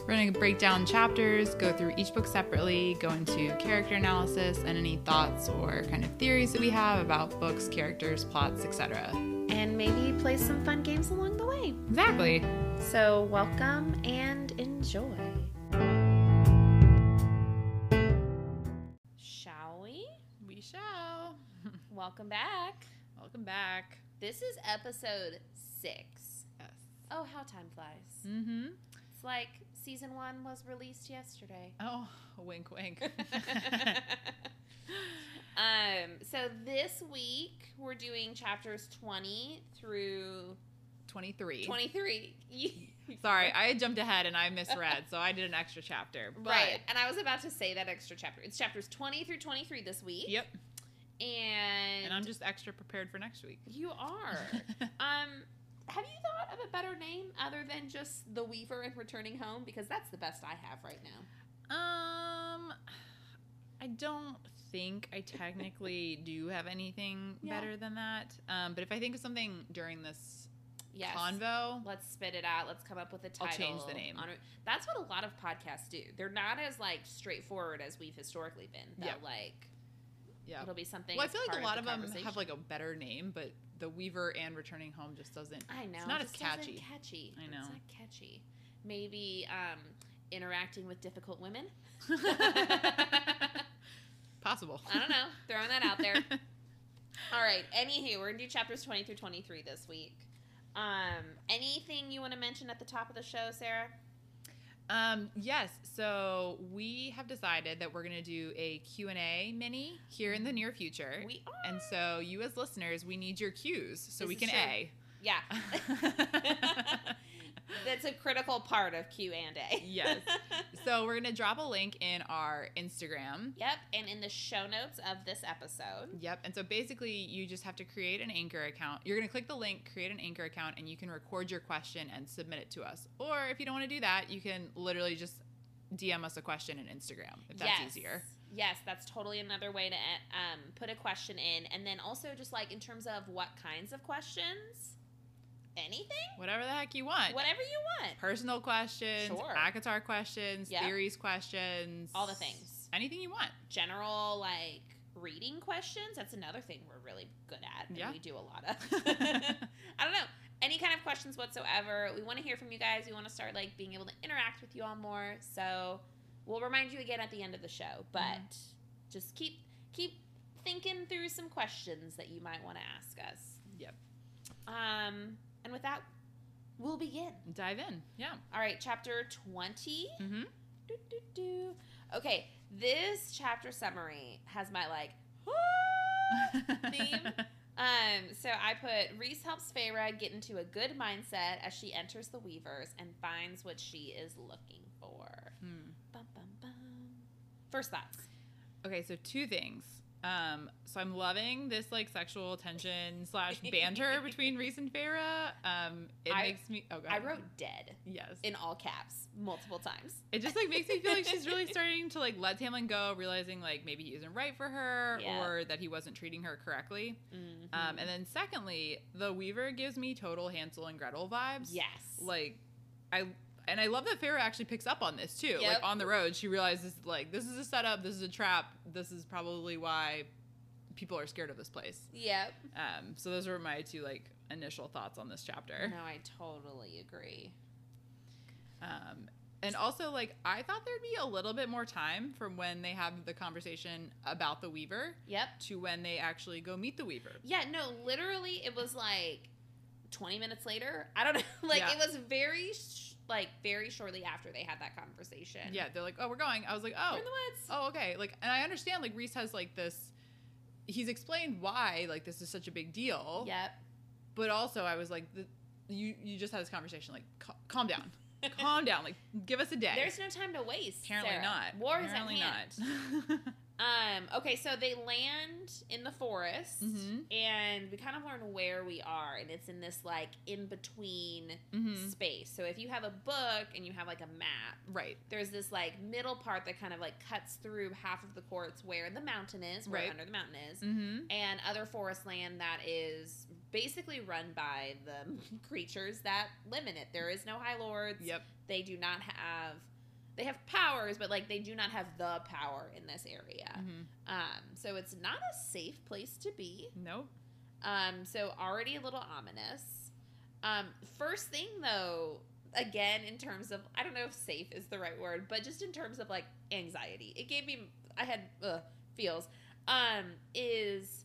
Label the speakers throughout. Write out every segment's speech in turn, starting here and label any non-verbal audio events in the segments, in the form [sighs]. Speaker 1: We're going to break down chapters, go through each book separately, go into character analysis and any thoughts or kind of theories that we have about books, characters, plots, etc.
Speaker 2: And maybe play some fun games along the way.
Speaker 1: Exactly.
Speaker 2: So, welcome and enjoy. Shall we?
Speaker 1: We shall.
Speaker 2: Welcome back.
Speaker 1: Welcome back.
Speaker 2: This is episode six.
Speaker 1: Yes.
Speaker 2: Oh, how time flies.
Speaker 1: Mm-hmm.
Speaker 2: It's like season one was released [laughs] yesterday.
Speaker 1: Oh, wink, [laughs] wink.
Speaker 2: um, so this week we're doing chapters 20 through [laughs]
Speaker 1: 23.
Speaker 2: 23. You-
Speaker 1: Sorry, I jumped ahead and I misread, so I did an extra chapter. But
Speaker 2: Right. And I was about to say that extra chapter. It's chapters 20 through 23 this week.
Speaker 1: Yep.
Speaker 2: And,
Speaker 1: And I'm just extra prepared for next week.
Speaker 2: you are.
Speaker 1: [laughs]
Speaker 2: um have you thought of a better name other than just the Weaver and returning home because that's the best I have right now.
Speaker 1: Um, I don't think I technically do have anything
Speaker 2: Yeah.
Speaker 1: better than that. Um, but if I think of something during this
Speaker 2: Yes.
Speaker 1: convo,
Speaker 2: Let's spit it out. Let's come up with a title.
Speaker 1: I'll change the name.
Speaker 2: on it. That's what a lot of podcasts do. They're not as like straightforward as we've historically been. They'll
Speaker 1: Yep.
Speaker 2: like
Speaker 1: yeah.
Speaker 2: it'll be something.
Speaker 1: Well, I feel
Speaker 2: that's
Speaker 1: like a
Speaker 2: part
Speaker 1: lot of
Speaker 2: the
Speaker 1: them have
Speaker 2: conversation.
Speaker 1: like a better name, but the Weaver and Returning Home
Speaker 2: [laughs]
Speaker 1: just doesn't. [laughs]
Speaker 2: I know.
Speaker 1: not
Speaker 2: it
Speaker 1: as
Speaker 2: just wasn't
Speaker 1: catchy.
Speaker 2: Catchy.
Speaker 1: I
Speaker 2: It's
Speaker 1: know.
Speaker 2: not catchy. Maybe um, interacting with difficult women.
Speaker 1: [laughs]
Speaker 2: [laughs]
Speaker 1: Possible.
Speaker 2: I don't know. Throwing that out there. All right. Anywho, we're gonna do chapters twenty through twenty-three this week. Um, anything you want to mention at the top of the show, Sarah?
Speaker 1: [laughs] Um, yes, so we have decided that we're going to do a Q&A mini here in the near future.
Speaker 2: We are.
Speaker 1: and so you as listeners, we need your cues so
Speaker 2: This
Speaker 1: we
Speaker 2: is
Speaker 1: can
Speaker 2: true.
Speaker 1: A. [laughs]
Speaker 2: Yeah. That's a critical part of Q and A.
Speaker 1: Yes. [laughs] so we're gonna drop a link in our Instagram.
Speaker 2: [laughs] yep. And in the show notes of this episode.
Speaker 1: Yep. And so basically, you just have to create an Anchor account. You're gonna click the link, create an Anchor account, and you can record your question and submit it to us. Or if you don't want to do that, you can literally just DM us a question in Instagram if that's
Speaker 2: yes.
Speaker 1: easier.
Speaker 2: Yes, that's totally another way to um, put a question in. And then also, just like in terms of what kinds of questions, anything,
Speaker 1: Whatever the heck you want.
Speaker 2: whatever you want,
Speaker 1: Personal questions,
Speaker 2: Sure.
Speaker 1: ACOTAR questions,
Speaker 2: Yeah.
Speaker 1: theories questions,
Speaker 2: all the things.
Speaker 1: Anything
Speaker 2: [laughs]
Speaker 1: you want.
Speaker 2: General, like reading questions, that's another thing we're really good at. And
Speaker 1: Yeah.
Speaker 2: we do a lot of. [laughs] I don't know. Any kind of questions whatsoever. We want to hear from you guys. We want to start like being able to interact with you all more. So we'll remind you again at the end of the show. But just keep keep thinking through some questions that you might want to ask us.
Speaker 1: yep.
Speaker 2: Um, and with that, we'll begin.
Speaker 1: Dive in. Yeah.
Speaker 2: All right, chapter twenty.
Speaker 1: Mm-hmm.
Speaker 2: Do, do, do. Okay, this chapter summary has my like. [laughs] Theme. Um, so I put Reese helps Feyre get into a good mindset as she enters the Weavers and finds what she is looking for.
Speaker 1: [laughs] Hmm.
Speaker 2: Bum, bum, bum. First thoughts.
Speaker 1: Okay, so two things. Um, so I'm loving this like sexual tension
Speaker 2: [laughs]
Speaker 1: slash banter between Reese and Farah. Um, it
Speaker 2: I-
Speaker 1: makes me. Oh, God.
Speaker 2: I wrote dead
Speaker 1: yes.
Speaker 2: in all caps multiple times.
Speaker 1: It just like makes me feel like she's really starting to like let Tamlin go, realizing like maybe he isn't right for her
Speaker 2: Yeah.
Speaker 1: or that he wasn't treating her correctly.
Speaker 2: Mm-hmm.
Speaker 1: Um, and then secondly, the Weaver gives me total Hansel and Gretel vibes.
Speaker 2: yes,
Speaker 1: Like, I. And I love that Farah actually picks up on this too.
Speaker 2: Yep.
Speaker 1: Like on the road, she realizes like this is a setup, this is a trap, this is probably why people are scared of this place.
Speaker 2: yep.
Speaker 1: Um, so those were my two like initial thoughts on this chapter.
Speaker 2: No, I totally agree.
Speaker 1: Um, and also like I thought there'd be a little bit more time from when they have the conversation about the Weaver
Speaker 2: Yep.
Speaker 1: to when they actually go meet the Weaver.
Speaker 2: Yeah, no, literally, it was like 20 minutes later. I don't [laughs] know. Like,
Speaker 1: Yeah.
Speaker 2: it was very, sh- like, very shortly after they had that conversation.
Speaker 1: Yeah, they're like, oh, we're going. I was like,
Speaker 2: We're
Speaker 1: oh,
Speaker 2: in the woods.
Speaker 1: oh, okay. Like, and I understand like Reese has like this. He's explained why like this is such a big deal.
Speaker 2: Yep.
Speaker 1: But also, I was like, the, you you just had this conversation. Like, ca- calm down,
Speaker 2: [laughs]
Speaker 1: calm down. Like, give us a day.
Speaker 2: There's no time to waste.
Speaker 1: Apparently
Speaker 2: Sarah.
Speaker 1: not.
Speaker 2: War is at
Speaker 1: Apparently
Speaker 2: hand. [laughs]
Speaker 1: not.
Speaker 2: Um, okay, so they land in the forest
Speaker 1: Mhm.
Speaker 2: and we kind of learn where we are, and it's in this like in between
Speaker 1: Mm-hmm.
Speaker 2: space. So if you have a book and you have like a map,
Speaker 1: Right.
Speaker 2: there's this like middle part that kind of like cuts through half of the courts where the mountain is, where
Speaker 1: Right.
Speaker 2: under the mountain is,
Speaker 1: Mm-hmm.
Speaker 2: and other forest land that is basically run by the [laughs] creatures that limit it. There is no high lords.
Speaker 1: Yep.
Speaker 2: They do not have they have powers, but like they do not have the power in this area.
Speaker 1: Mm-hmm.
Speaker 2: Um, so it's not a safe place to be.
Speaker 1: Nope.
Speaker 2: Um, so already a little ominous. Um, first thing though, again in terms of I don't know if safe is the right word, but just in terms of like anxiety, it gave me I had ugh, feels. Um, is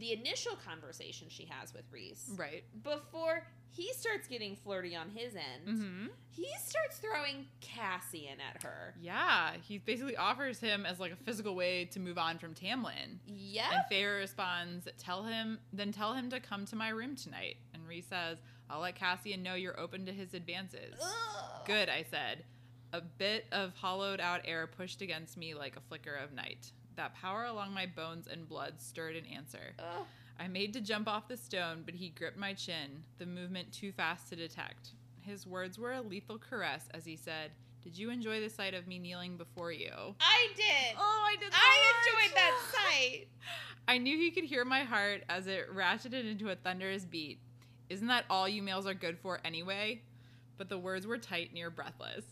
Speaker 2: the initial conversation she has with Reese
Speaker 1: Right.
Speaker 2: before he starts getting flirty on his end.
Speaker 1: Mm-hmm.
Speaker 2: He starts throwing Cassian at her.
Speaker 1: Yeah. He basically offers him as like a physical way to move on from Tamlin.
Speaker 2: Yep.
Speaker 1: And Feyre responds, "Tell him, then tell him to come to my room tonight." And Reese says, "I'll let Cassian know you're open to his advances."
Speaker 2: Ugh.
Speaker 1: Good, I said. A bit of hollowed out air pushed against me like a flicker of night. That power along my bones and blood stirred an answer.
Speaker 2: Ugh.
Speaker 1: I made to jump off the stone, but he gripped my chin, the movement too fast to detect. His words were a lethal caress as he said, Did you enjoy the sight of me kneeling before you? Oh,
Speaker 2: I did.
Speaker 1: I did
Speaker 2: I enjoyed that sight.
Speaker 1: I knew he could hear my heart as it ratcheted into a thunderous beat. Isn't that all you males are good for anyway? But the words were tight, near breathless.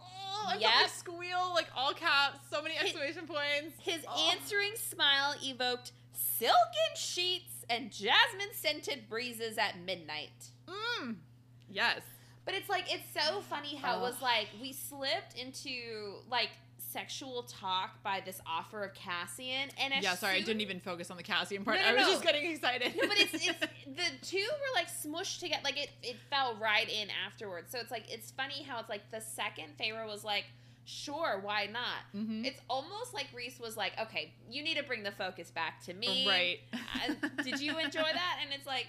Speaker 1: Oh, I felt my
Speaker 2: Yep.
Speaker 1: squeal, like all caps, so many
Speaker 2: Hit-
Speaker 1: exclamation points.
Speaker 2: His
Speaker 1: Oh.
Speaker 2: answering smile evoked silken sheets and jasmine scented breezes at midnight.
Speaker 1: Mm. Yes.
Speaker 2: But it's like, it's so funny how it was
Speaker 1: Ugh.
Speaker 2: like we slipped into like sexual talk by this offer of Cassian. And as
Speaker 1: yeah, sorry, I
Speaker 2: soon-
Speaker 1: didn't even focus on the Cassian part.
Speaker 2: No, no,
Speaker 1: I was
Speaker 2: no.
Speaker 1: just getting excited.
Speaker 2: No, [laughs] but it's,
Speaker 1: [laughs]
Speaker 2: it's the two were like smushed together. Like it, it fell right in afterwards. So it's like, it's funny how it's like the second Pharaoh was like, sure, why not?
Speaker 1: Mhm.
Speaker 2: It's almost like Reese was like, okay, you need to bring the focus back to me.
Speaker 1: right.
Speaker 2: I- [laughs] did you enjoy that? And it's like,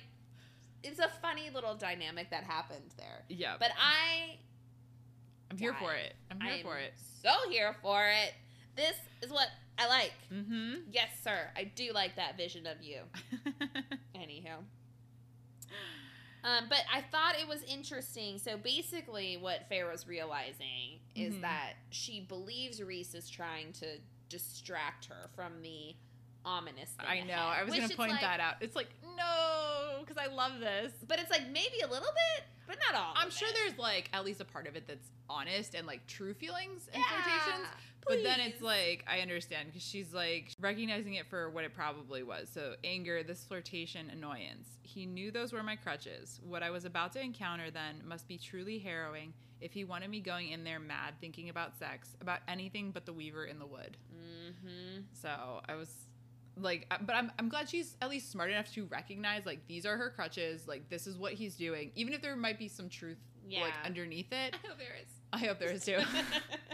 Speaker 2: it's a funny little dynamic that happened there.
Speaker 1: [laughs] Yeah.
Speaker 2: But I,
Speaker 1: I'm here for
Speaker 2: I-
Speaker 1: it. I'm
Speaker 2: I
Speaker 1: here
Speaker 2: am
Speaker 1: for it.
Speaker 2: so here for it. This is what I like. [laughs]
Speaker 1: Mm-hmm.
Speaker 2: Yes, sir. I do like that vision of
Speaker 1: [laughs]
Speaker 2: you. Anywho. Um, but I thought it was interesting. So basically, what Pharaoh's realizing is
Speaker 1: Mhm.
Speaker 2: that she believes Reese is trying to distract her from the ominous thing.
Speaker 1: I know.
Speaker 2: ahead,
Speaker 1: I was
Speaker 2: which
Speaker 1: going to
Speaker 2: it's
Speaker 1: point
Speaker 2: like-
Speaker 1: that out. It's like, no, because I love this.
Speaker 2: But it's like maybe a little bit, but not all.
Speaker 1: I'm
Speaker 2: of
Speaker 1: sure
Speaker 2: it.
Speaker 1: there's like at least a part of it that's honest and like true feelings and
Speaker 2: Yeah.
Speaker 1: flirtations. But then it's
Speaker 2: Please.
Speaker 1: like I understand because she's like recognizing it for what it probably was. So anger, this flirtation, annoyance. He knew those were my crutches. What I was about to encounter then must be truly harrowing. If he wanted me going in there mad, thinking about sex, about anything but the weaver in the wood.
Speaker 2: Mm-hmm.
Speaker 1: So I was like, I- but I'm, I'm glad she's at least smart enough to recognize like these are her crutches. Like this is what he's doing, even if there might be some truth
Speaker 2: Yeah.
Speaker 1: like underneath it. [laughs]
Speaker 2: hope [laughs] there is.
Speaker 1: I hope there
Speaker 2: [laughs]
Speaker 1: is too. [laughs]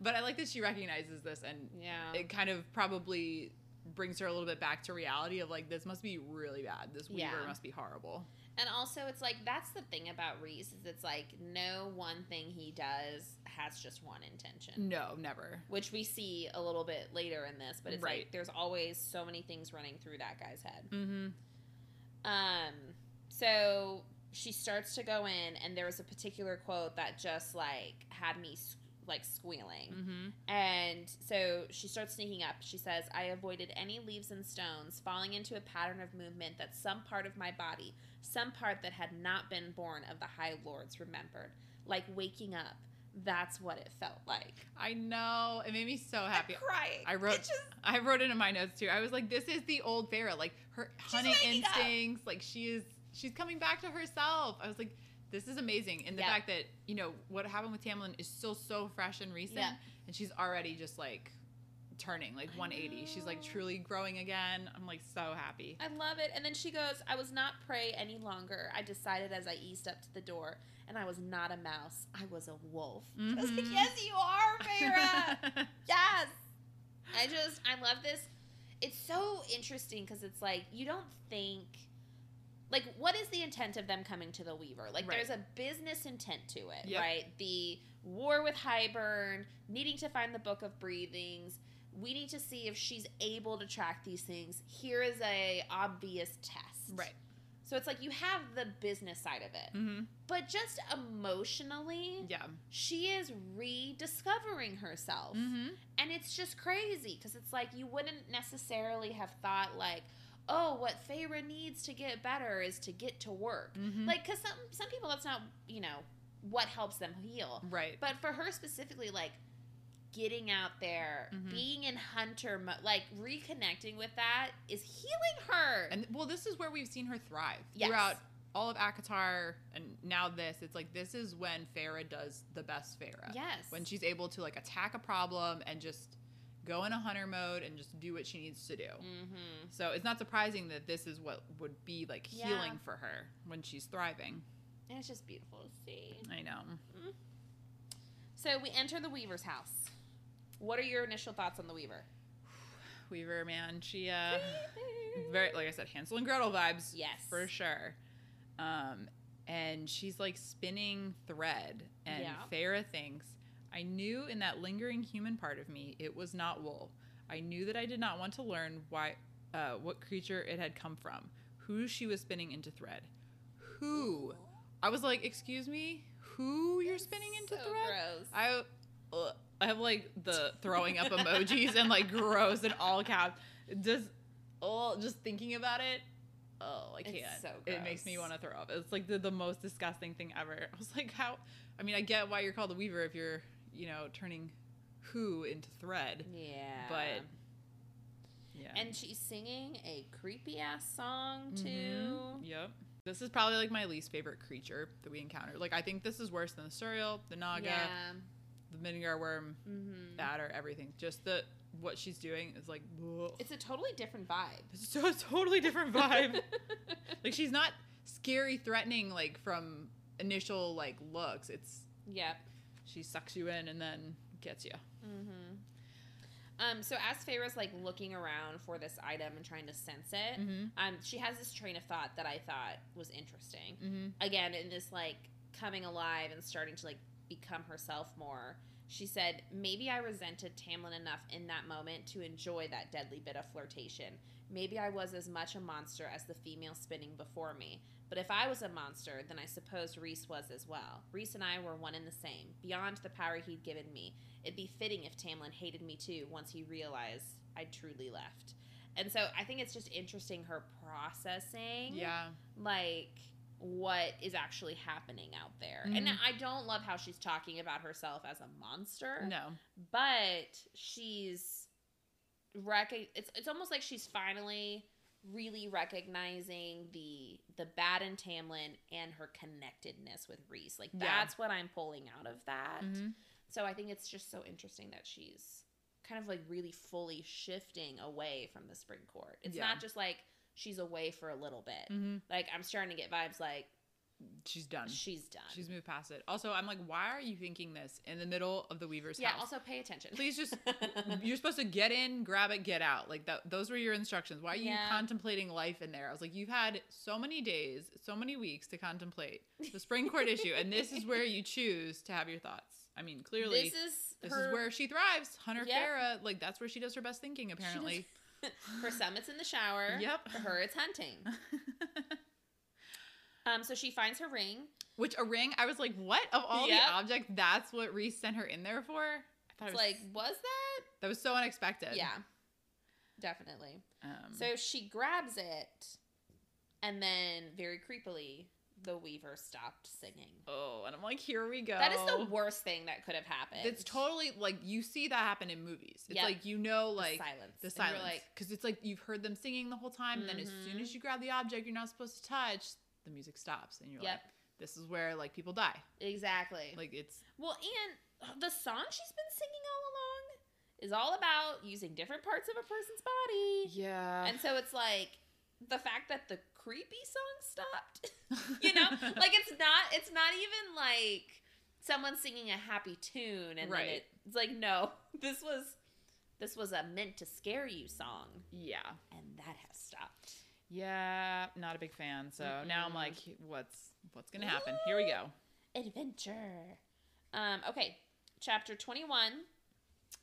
Speaker 1: but I like that she recognizes this and
Speaker 2: yeah.
Speaker 1: it kind of probably brings her a little bit back to reality of like this must be really bad. This weaver
Speaker 2: Yeah.
Speaker 1: must be horrible.
Speaker 2: and also, it's like that's the thing about Reese is it's like no one thing he does has just one intention,
Speaker 1: No, never.
Speaker 2: which we see a little bit later in this. But it's like
Speaker 1: Right.
Speaker 2: there's always so many things running through that guy's head.
Speaker 1: Mm-hmm.
Speaker 2: Um, so she starts to go in, and there was a particular quote that just like had me s- like squealing.
Speaker 1: Mm-hmm.
Speaker 2: And so she starts sneaking up. She says, I avoided any leaves and stones, falling into a pattern of movement that some part of my body, some part that had not been born of the High Lords, remembered. Like waking up. That's what it felt like.
Speaker 1: I know. It made me so happy.
Speaker 2: I'm crying.
Speaker 1: I wrote-
Speaker 2: It just,
Speaker 1: I wrote it in my notes too. I was like, this is the old Farah. Like her hunting
Speaker 2: waking up.
Speaker 1: instincts, like she is she's coming back to herself. I was like, this is amazing. And the
Speaker 2: Yeah.
Speaker 1: fact that, you know, what happened with Tamlin is still so fresh and recent.
Speaker 2: Yeah.
Speaker 1: And she's already just like turning, like
Speaker 2: I
Speaker 1: 180. She's like
Speaker 2: know.
Speaker 1: truly growing again. I'm like so happy.
Speaker 2: I love it. And then she goes, I was not prey any longer. I decided as I eased up to the door, and I was not a mouse. I was a wolf. I was like,
Speaker 1: Mhm.
Speaker 2: yes, you are, Farah. [laughs] Yes. I just I love this. It's so interesting because it's like you don't think like what is the intent of them coming to the Weaver? Like
Speaker 1: Right.
Speaker 2: there's a business intent to it,
Speaker 1: Yep.
Speaker 2: right? The war with Highburn, needing to find the Book of Breathings, we need to see if she's able to track these things. Here is a obvious test.
Speaker 1: [laughs] Right.
Speaker 2: So it's like you have the business side of it,
Speaker 1: Mm-hmm.
Speaker 2: but just emotionally,
Speaker 1: Yeah.
Speaker 2: she is rediscovering herself.
Speaker 1: Mm-hmm.
Speaker 2: And it's just crazy because it's like you wouldn't necessarily have thought, like, oh, what Feyre needs to get better is to get to work.
Speaker 1: Mm-hmm.
Speaker 2: Like, because some, some people, that's not, you know, what helps them heal.
Speaker 1: right.
Speaker 2: But for her specifically, like getting out there,
Speaker 1: Mhm.
Speaker 2: being in hunter mode, like reconnecting with that is healing her.
Speaker 1: And well, this is where we've seen her thrive
Speaker 2: Yes.
Speaker 1: throughout all of Akatar and now this. It's like this is when Farah does the best Farah.
Speaker 2: yes.
Speaker 1: When she's able to like attack a problem and just go in a hunter mode and just do what she needs to do.
Speaker 2: Mm-hmm.
Speaker 1: So it's not surprising that this is what would be like
Speaker 2: Yeah.
Speaker 1: healing for her when she's thriving.
Speaker 2: And it's just beautiful to see.
Speaker 1: I know.
Speaker 2: So we enter the Weaver's house. What are your initial thoughts on the Weaver?
Speaker 1: Weaver, man, she uh very like I said, Hansel and Gretel vibes.
Speaker 2: Yes.
Speaker 1: for sure. Um, and she's like spinning thread, and
Speaker 2: Yeah.
Speaker 1: Farah thinks, I knew in that lingering human part of me it was not wool. I knew that I did not want to learn why, uh, what creature it had come from, who she was spinning into thread, who. I was like, excuse me, who you're spinning into
Speaker 2: so
Speaker 1: thread?
Speaker 2: Gross.
Speaker 1: I uh, I have like the throwing up emojis and like gross in all caps. Just oh, just thinking about it. Oh, I
Speaker 2: It's
Speaker 1: can't.
Speaker 2: so
Speaker 1: It makes me
Speaker 2: gross.
Speaker 1: want to throw up. It's like the, the most disgusting thing ever. [laughs] I was like, how? I mean, I get why you're called a weaver if you're, you know, turning who into thread,
Speaker 2: yeah.
Speaker 1: but yeah.
Speaker 2: and she's singing a creepy ass song too.
Speaker 1: Mhm. Yep. This is probably like my least favorite creature that we encountered. Like, I think this is worse than the cereal, the naga,
Speaker 2: Yeah.
Speaker 1: the vinegar worm,
Speaker 2: Mm-hmm.
Speaker 1: that or everything. Just the what she's doing is like [laughs] ugh.
Speaker 2: It's a totally different vibe.
Speaker 1: it's so it's totally
Speaker 2: [laughs]
Speaker 1: different vibe. like she's not scary, threatening like from initial like looks. It's
Speaker 2: yep.
Speaker 1: she sucks you in and then gets you.
Speaker 2: Mm-hmm. Um, so as Feyre's like looking around for this item and trying to sense it,
Speaker 1: Mm-hmm.
Speaker 2: um, she has this train of thought that I thought was interesting.
Speaker 1: Mm-hmm.
Speaker 2: Again, in this like coming alive and starting to like become herself more, she said, "Maybe I resented Tamlin enough in that moment to enjoy that deadly bit of flirtation. Maybe I was as much a monster as the female spinning before me. But if I was a monster, then I suppose Reese was as well. Reese and I were one and the same, beyond the power he'd given me. It'd be fitting if Tamlin hated me too once he realized I'd truly left. And so I think it's just interesting her processing,
Speaker 1: Yeah.
Speaker 2: like what is actually happening out there. And
Speaker 1: Mhm.
Speaker 2: I don't love how she's talking about herself as a monster
Speaker 1: No.
Speaker 2: but she's rec- it's it's almost like she's finally really recognizing the the bad in Tamlin and her connectedness with Reese. Like
Speaker 1: Yeah.
Speaker 2: that's what I'm pulling out of that.
Speaker 1: Mm-hmm.
Speaker 2: So I think it's just so interesting that she's kind of like really fully shifting away from the spring court. It's
Speaker 1: Yeah.
Speaker 2: not just like she's away for a little bit.
Speaker 1: Mm-hmm.
Speaker 2: Like I'm starting to get vibes like
Speaker 1: She's done.
Speaker 2: she's done.
Speaker 1: She's moved past it. Also, I'm like, why are you thinking this in the middle of the Weaver's
Speaker 2: yeah,
Speaker 1: house?
Speaker 2: also pay attention. [laughs]
Speaker 1: Please just [laughs] you're supposed to get in, grab it, get out. Like that those were your instructions. Why are you
Speaker 2: Yeah.
Speaker 1: contemplating life in there? I was like, you've had so many days, so many weeks to contemplate the
Speaker 2: [laughs]
Speaker 1: spring court issue, and this is where you choose to have your thoughts. I mean, clearly
Speaker 2: this
Speaker 1: this is,
Speaker 2: is her
Speaker 1: where she thrives. Hunter
Speaker 2: Yep.
Speaker 1: Farah, like that's where she does her best thinking,
Speaker 2: She does- [laughs]
Speaker 1: apparently.
Speaker 2: for some, it's in the shower.
Speaker 1: Yep.
Speaker 2: For her, it's
Speaker 1: [laughs]
Speaker 2: hunting. um, so she finds her ring.
Speaker 1: Which a ring, I was like, what? Of all
Speaker 2: Yep.
Speaker 1: the objects, that's what Reese sent her in there for? I thought
Speaker 2: It's
Speaker 1: it was
Speaker 2: like, was that?
Speaker 1: that was so unexpected.
Speaker 2: Yeah, definitely.
Speaker 1: Um,
Speaker 2: So she grabs it, and then very creepily, the weaver stopped singing.
Speaker 1: oh, and I'm like, here we go.
Speaker 2: That is the worst thing that could have happened.
Speaker 1: It's totally like you see that happen in movies. It's
Speaker 2: Yep.
Speaker 1: like you know,
Speaker 2: The
Speaker 1: like
Speaker 2: silence. And
Speaker 1: the
Speaker 2: you're
Speaker 1: silence,
Speaker 2: like, Mm-hmm.
Speaker 1: because it's like you've heard them singing the whole time. And then as soon as you grab the object you're not supposed to touch, the music stops, and you're
Speaker 2: Yep.
Speaker 1: like, "This is where like people die."
Speaker 2: exactly.
Speaker 1: Like it's
Speaker 2: well, and the song she's been singing all along is all about using different parts of a person's body.
Speaker 1: yeah,
Speaker 2: [laughs] And so it's like the fact that the creepy song stopped, [laughs] you
Speaker 1: [laughs]
Speaker 2: know? like it's not it's not even like someone singing a happy tune and
Speaker 1: Right.
Speaker 2: then it, it's like no, [laughs] this was this was a meant to scare you song
Speaker 1: yeah,
Speaker 2: and that has stopped.
Speaker 1: yeah. Not a big fan. So now I'm
Speaker 2: Mm-mm.
Speaker 1: like, what's what's gonna happen? Here we go.
Speaker 2: Adventure. Um okay, chapter 21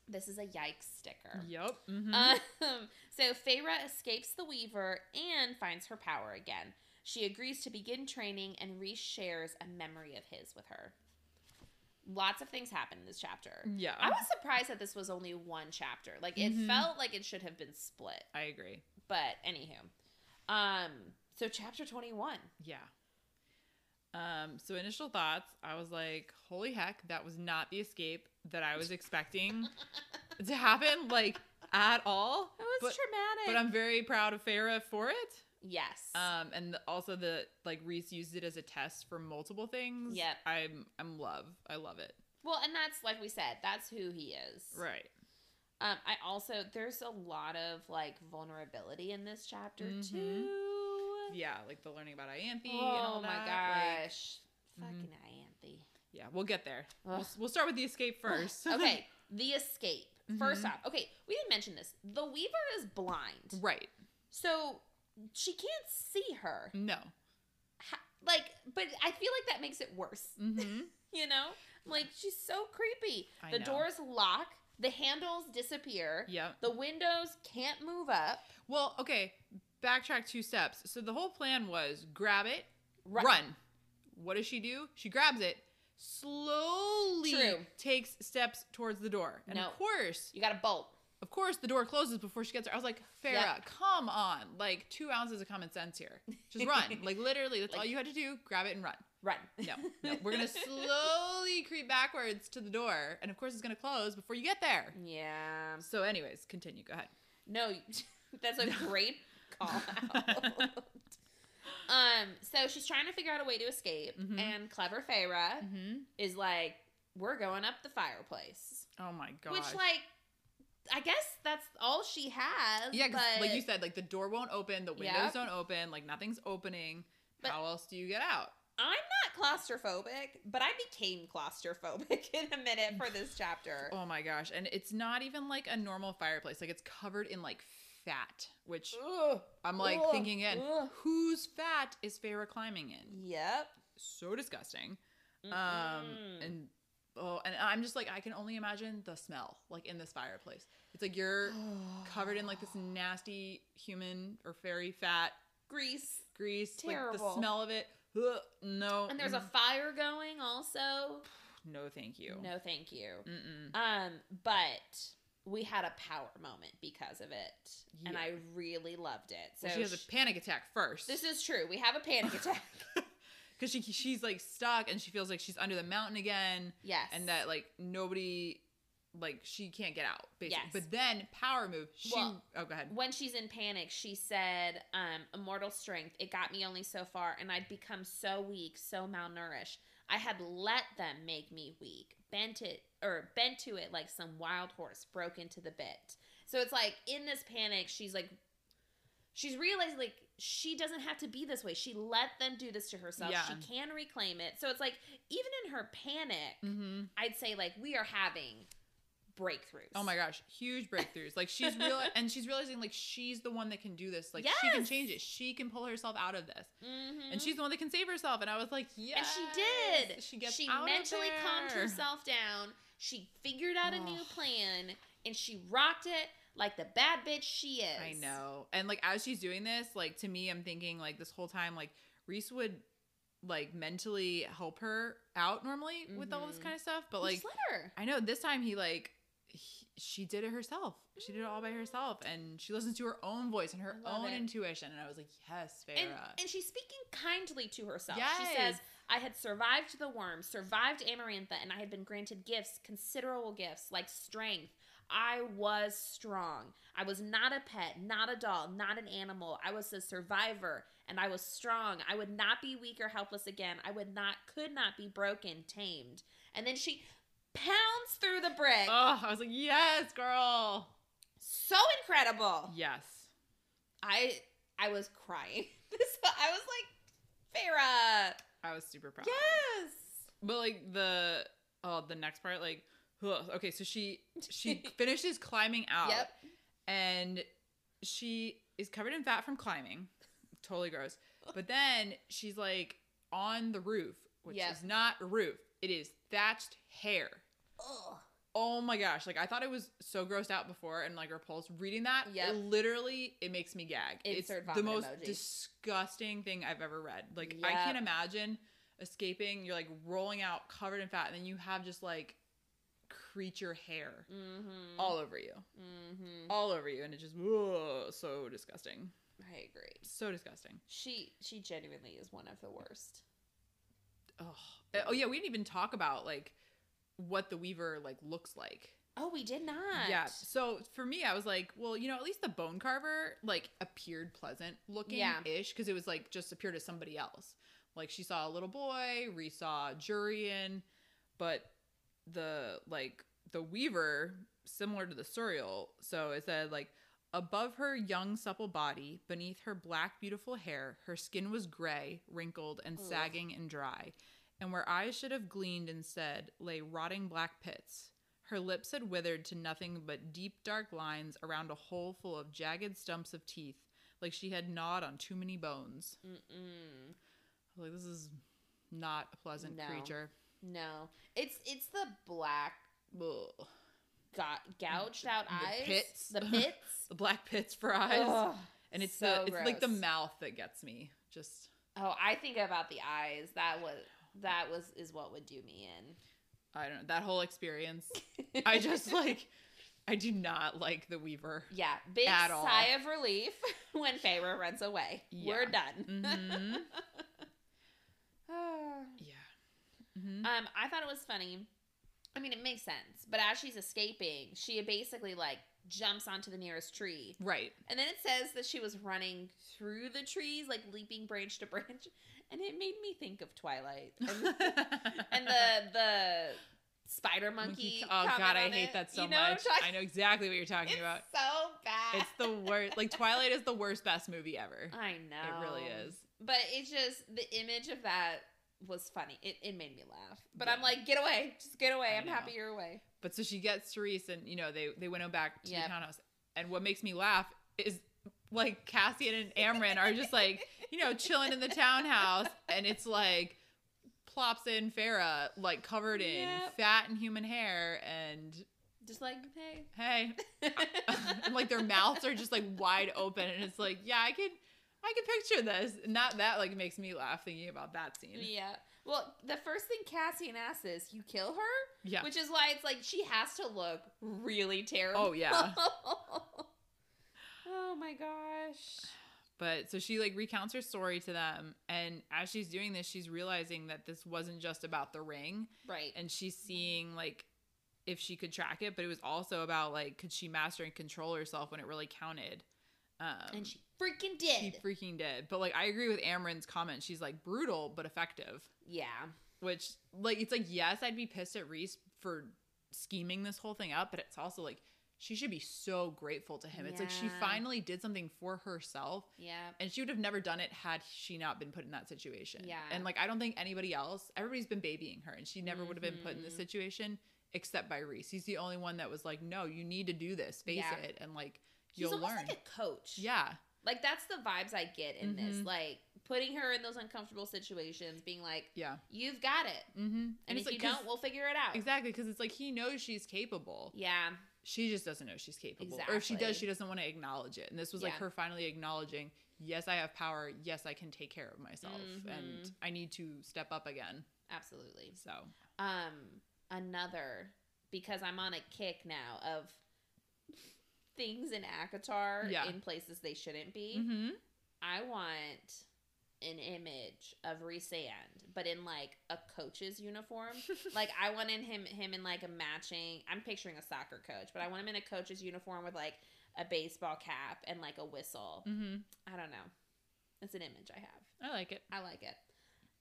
Speaker 2: This is a yikes sticker.
Speaker 1: Yep. hmm
Speaker 2: Um, [laughs] so Feyre escapes the Weaver and finds her power again. She agrees to begin training and reshares a memory of his with her. Lots of things happen in this chapter.
Speaker 1: yeah.
Speaker 2: I was surprised that this was only one chapter. Like it
Speaker 1: Mhm.
Speaker 2: felt like it should have been split.
Speaker 1: I agree.
Speaker 2: But anywho, um, so chapter twenty one.
Speaker 1: Yeah. Um, so initial thoughts, I was like, holy heck, that was not the escape that I was expecting
Speaker 2: [laughs]
Speaker 1: to happen, like at all.
Speaker 2: That was
Speaker 1: But-
Speaker 2: traumatic.
Speaker 1: But I'm very proud of Farah for it.
Speaker 2: yes.
Speaker 1: Um, and the, also the like Reese used it as a test for multiple things.
Speaker 2: Yep.
Speaker 1: I'm I'm love. I love it.
Speaker 2: well, and that's like we said, that's who he is.
Speaker 1: Right.
Speaker 2: Um, I also there's a lot of like vulnerability in this chapter
Speaker 1: Mhm.
Speaker 2: too.
Speaker 1: Yeah, like the learning about Ianthe and
Speaker 2: Oh
Speaker 1: all
Speaker 2: my
Speaker 1: that. like-
Speaker 2: gosh,
Speaker 1: Mhm.
Speaker 2: fucking Ianthe.
Speaker 1: yeah, we'll get there. We'll,
Speaker 2: Ugh.
Speaker 1: s- we'll start with the escape
Speaker 2: [laughs]
Speaker 1: first.
Speaker 2: okay, the escape. First
Speaker 1: Mhm.
Speaker 2: off, okay, we didn't mention this. The Weaver is blind,
Speaker 1: [laughs] right.
Speaker 2: so she can't see her.
Speaker 1: No.
Speaker 2: Ha- Like, but I feel like that makes it worse. [laughs]
Speaker 1: Mm-hmm.
Speaker 2: You know, like she's so creepy.
Speaker 1: I
Speaker 2: the
Speaker 1: know.
Speaker 2: doors lock. The handles disappear.
Speaker 1: Yep.
Speaker 2: The windows can't move up.
Speaker 1: Well, okay, backtrack two steps. So the whole plan was grab it,
Speaker 2: Ru-
Speaker 1: run. What does she do? She grabs it, slowly
Speaker 2: True.
Speaker 1: takes steps towards the door. And
Speaker 2: No.
Speaker 1: of course,
Speaker 2: You got to bolt.
Speaker 1: of course, the door closes before she gets there. I was like, Farah,
Speaker 2: Yep.
Speaker 1: come on. Like, two ounces of common sense here.
Speaker 2: [laughs]
Speaker 1: Just run. like, literally, that's all
Speaker 2: Like-
Speaker 1: you had to do. Grab it and run.
Speaker 2: Run.
Speaker 1: [laughs] No,
Speaker 2: [laughs]
Speaker 1: no. We're going to slowly creep backwards to the door. And of course, it's going to close before you get there.
Speaker 2: Yeah.
Speaker 1: So, anyways, continue. Go ahead.
Speaker 2: No, [laughs] that's a
Speaker 1: [laughs]
Speaker 2: great call out. um, so she's trying to figure out a way to escape,
Speaker 1: Mhm.
Speaker 2: and clever Feyre
Speaker 1: Mm-hmm.
Speaker 2: is like, "We're going up the fireplace,"
Speaker 1: Oh my God.
Speaker 2: which, like, I guess that's all she has.
Speaker 1: Yeah, 'cause,
Speaker 2: but
Speaker 1: like you said, like the door won't open, the windows
Speaker 2: Yep.
Speaker 1: don't open, like nothing's opening.
Speaker 2: But-
Speaker 1: How else do you get out?
Speaker 2: I'm not claustrophobic, but I became claustrophobic [laughs] in a minute for this chapter.
Speaker 1: Oh my gosh. And it's not even like a normal fireplace. Like it's covered in like fat, which
Speaker 2: Ugh.
Speaker 1: I'm like
Speaker 2: Ugh.
Speaker 1: thinking in,
Speaker 2: Ugh.
Speaker 1: whose fat is Farah climbing in?
Speaker 2: Yep.
Speaker 1: So disgusting. Um
Speaker 2: Mm-mm.
Speaker 1: and oh and I'm just like I can only imagine the smell like in this fireplace. It's like you're covered in like this nasty human or fairy fat
Speaker 2: [sighs] grease,
Speaker 1: grease, like the
Speaker 2: Terrible.
Speaker 1: smell of it. Ugh, no.
Speaker 2: and there's a fire going also.
Speaker 1: No, Mm. thank you.
Speaker 2: No, thank you.
Speaker 1: Mm-mm.
Speaker 2: Um, but we had a power moment because of it, and
Speaker 1: Yeah.
Speaker 2: I really loved it. So
Speaker 1: Well, she has
Speaker 2: sh-
Speaker 1: a panic attack first.
Speaker 2: this is true. We have a
Speaker 1: [laughs]
Speaker 2: panic attack.
Speaker 1: because she she's like stuck and she feels like she's under the mountain again,
Speaker 2: yes,
Speaker 1: and that like nobody, like she can't get out. Basically,
Speaker 2: Yes.
Speaker 1: but then power move. She
Speaker 2: Well-
Speaker 1: oh go ahead.
Speaker 2: when she's in panic, she said, um, "Immortal strength. It got me only so far, and I'd become so weak, so malnourished. I had let them make me weak, bent it or bent to it like some wild horse broke into the bit." So it's like in this panic, she's like, she's realizing like she doesn't have to be this way. She let them do this to herself.
Speaker 1: Yeah.
Speaker 2: She can reclaim it. So it's like even in her panic,
Speaker 1: Mm-hmm.
Speaker 2: I'd say like we are having breakthroughs.
Speaker 1: Oh my gosh, huge breakthroughs.
Speaker 2: [laughs]
Speaker 1: Like she's real and she's realizing like she's the one that can do this. Like she can
Speaker 2: Yes.
Speaker 1: change it. She can pull herself out of this.
Speaker 2: Mhm.
Speaker 1: And she's the one that can save herself. And I was like, yeah.
Speaker 2: and she did.
Speaker 1: She gets
Speaker 2: She
Speaker 1: out of
Speaker 2: mentally calmed
Speaker 1: there.
Speaker 2: herself down. She figured out a new
Speaker 1: Ugh.
Speaker 2: plan, and she rocked it like the bad bitch she is.
Speaker 1: I know. And like as she's doing this, like to me, I'm thinking like this whole time, like Reese would like mentally help her out normally with all this
Speaker 2: Mhm.
Speaker 1: kind of stuff. But
Speaker 2: Like,
Speaker 1: like
Speaker 2: Just let her.
Speaker 1: I know this time he like he, she did it herself. She did it all by herself, and she listens to her own voice and her
Speaker 2: I love
Speaker 1: own
Speaker 2: it.
Speaker 1: intuition. And I was like, yes, Farah.
Speaker 2: And, and she's speaking kindly to herself. She
Speaker 1: Yes.
Speaker 2: says, I had survived the worm, survived Amarantha, and I had been granted gifts, considerable gifts, like strength. I was strong. I was not a pet, not a doll, not an animal. I was a survivor, and I was strong. I would not be weak or helpless again. I would not, could not be broken, tamed. And then she pounds through the brick.
Speaker 1: oh, I was like, yes, girl.
Speaker 2: So incredible.
Speaker 1: Yes.
Speaker 2: I I was crying. [laughs] This I was like, Farah.
Speaker 1: I was super proud.
Speaker 2: Yes.
Speaker 1: But like the oh the next part like ugh. okay so she she
Speaker 2: [laughs]
Speaker 1: finishes climbing out
Speaker 2: Yep.
Speaker 1: and she is covered in fat from climbing totally gross but then she's like on the roof which
Speaker 2: Yep.
Speaker 1: is not a roof it is thatched hair
Speaker 2: Ugh.
Speaker 1: oh my gosh, like I thought I was so grossed out before and like repulsed reading that. Yeah,
Speaker 2: Yep.
Speaker 1: literally, it makes me gag.
Speaker 2: Insert
Speaker 1: it's the
Speaker 2: vomit
Speaker 1: most
Speaker 2: emoji.
Speaker 1: disgusting thing I've ever read. Like I
Speaker 2: Yep.
Speaker 1: can't imagine escaping. You're like rolling out, covered in fat, and then you have just like creature hair
Speaker 2: Mm-hmm.
Speaker 1: all over you,
Speaker 2: Mm-hmm.
Speaker 1: all over you, and it just whoa, so disgusting,
Speaker 2: I agree.
Speaker 1: so disgusting.
Speaker 2: She she genuinely is one of the worst.
Speaker 1: Oh, oh yeah, we didn't even talk about like what the weaver like looks like.
Speaker 2: Oh, we did not.
Speaker 1: Yeah. So for me, I was like, well, you know, at least the bone carver like appeared pleasant looking
Speaker 2: Yeah.
Speaker 1: ish because it was like just appeared as somebody else. Like she saw a little boy, re saw Jurian, but the like the weaver similar to the surial. So it said like above her young supple body, beneath her black beautiful hair, her skin was gray, wrinkled, and
Speaker 2: Ugh.
Speaker 1: sagging and dry. And where eyes should have gleamed instead lay rotting black pits. Her lips had withered to nothing but deep dark lines around a hole full of jagged stumps of teeth, like she had gnawed on too many bones.
Speaker 2: Mm-mm.
Speaker 1: I was like, this is not a pleasant
Speaker 2: No.
Speaker 1: creature.
Speaker 2: No, it's it's the black
Speaker 1: Ugh.
Speaker 2: got gouged out
Speaker 1: The
Speaker 2: eyes.
Speaker 1: pits. [laughs]
Speaker 2: The pits.
Speaker 1: The black pits for eyes.
Speaker 2: Ugh,
Speaker 1: and it's
Speaker 2: so
Speaker 1: the it's like the
Speaker 2: gross.
Speaker 1: mouth that gets me. Just
Speaker 2: Oh, I think about the eyes. That was that was is what would do me
Speaker 1: I don't know. That whole experience.
Speaker 2: in. [laughs]
Speaker 1: I just like I do not like the weaver.
Speaker 2: yeah, big
Speaker 1: At all.
Speaker 2: sigh of relief [laughs] when Feyre runs away. We're [sighs]
Speaker 1: Yeah. [sighs]
Speaker 2: done. [laughs]
Speaker 1: hmm
Speaker 2: Ah.
Speaker 1: yeah. Mhm.
Speaker 2: Um, I thought it was funny. I mean, it makes sense. But as she's escaping, she basically like jumps onto the nearest tree,
Speaker 1: Right.
Speaker 2: and then it says that she was running through the trees, like leaping branch to branch, and it made me think of Twilight
Speaker 1: [laughs]
Speaker 2: and, and the the spider monkey.
Speaker 1: co- Oh god,
Speaker 2: comment
Speaker 1: I
Speaker 2: on
Speaker 1: hate
Speaker 2: it.
Speaker 1: that so
Speaker 2: You know what I'm
Speaker 1: much.
Speaker 2: talking-
Speaker 1: I know exactly what you're talking
Speaker 2: it's [laughs]
Speaker 1: about.
Speaker 2: so bad.
Speaker 1: It's
Speaker 2: [laughs]
Speaker 1: the worst. Like Twilight is the worst best movie ever.
Speaker 2: I know
Speaker 1: It really is.
Speaker 2: but it's just the image of that was funny. It, it made me laugh. But I'm
Speaker 1: Yeah.
Speaker 2: like, get away, just get away.
Speaker 1: I
Speaker 2: I'm
Speaker 1: know.
Speaker 2: happy you're away.
Speaker 1: But so she gets Therese, and you know they they went back to
Speaker 2: Yep.
Speaker 1: the townhouse. And what makes me laugh is like Cassian and Amryn are just like you know chilling in the townhouse, and it's like plops in Farah like covered in
Speaker 2: Yep.
Speaker 1: fat and human hair, and
Speaker 2: Just like, hey.
Speaker 1: hey, [laughs] and like their mouths are just like wide open, and it's like yeah, I could I could picture this. Not that like makes me laugh thinking about that scene.
Speaker 2: Yeah. Well, the first thing Cassian asks is, "You kill her,"
Speaker 1: Yeah.
Speaker 2: which is why it's like she has to look really terrible.
Speaker 1: Oh, yeah.
Speaker 2: [laughs] oh my gosh.
Speaker 1: But so she like recounts her story to them, and as she's doing this, she's realizing that this wasn't just about the ring,
Speaker 2: Right.
Speaker 1: and she's seeing like if she could track it, but it was also about like could she master and control herself when it really counted. Um,
Speaker 2: And she freaking
Speaker 1: she
Speaker 2: did.
Speaker 1: freaking did. But like I agree with Amryn's comment. She's like brutal but effective,
Speaker 2: yeah.
Speaker 1: which like it's like yes, I'd be pissed at Reese for scheming this whole thing up, but it's also like she should be so grateful to him. It's like she
Speaker 2: Yeah.
Speaker 1: finally did something for herself
Speaker 2: Yeah.
Speaker 1: and she would have never done it had she not been put in that situation.
Speaker 2: Yeah.
Speaker 1: And like I don't think anybody else, everybody's been babying her and she never would have been put in this
Speaker 2: Mhm.
Speaker 1: situation except by Reese. He's the only one that was like, "No, you need to do this. Face
Speaker 2: Yeah.
Speaker 1: it." And like
Speaker 2: She's
Speaker 1: you'll
Speaker 2: almost
Speaker 1: learn.
Speaker 2: like a coach.
Speaker 1: yeah.
Speaker 2: Like that's the vibes I get in this.
Speaker 1: Mhm.
Speaker 2: Like putting her in those uncomfortable situations, being like,
Speaker 1: Yeah.
Speaker 2: "You've got it,"
Speaker 1: Mhm.
Speaker 2: and, if
Speaker 1: like
Speaker 2: you
Speaker 1: 'cause-
Speaker 2: don't, we'll figure it out.
Speaker 1: Exactly, cuz it's like he knows she's capable.
Speaker 2: Yeah.
Speaker 1: She just doesn't know she's capable. Or if she
Speaker 2: Exactly.
Speaker 1: does, she doesn't want to acknowledge it. And this was like
Speaker 2: Yeah.
Speaker 1: her finally acknowledging, "Yes, I have power. Yes, I can take care of myself
Speaker 2: Mm-hmm.
Speaker 1: and I need to step up again."
Speaker 2: Absolutely.
Speaker 1: So,
Speaker 2: um another because I'm on a kick now of things in Akatar
Speaker 1: Yeah.
Speaker 2: in places they shouldn't be. [laughs]
Speaker 1: mhm.
Speaker 2: I want an image of Resand, but in like a coach's uniform. like I want in him him in like a matching I'm picturing a soccer coach, but I want him in a coach's uniform with like a baseball cap and like a whistle.
Speaker 1: Mhm.
Speaker 2: I don't know. It's an image I have.
Speaker 1: I like it.
Speaker 2: I like it.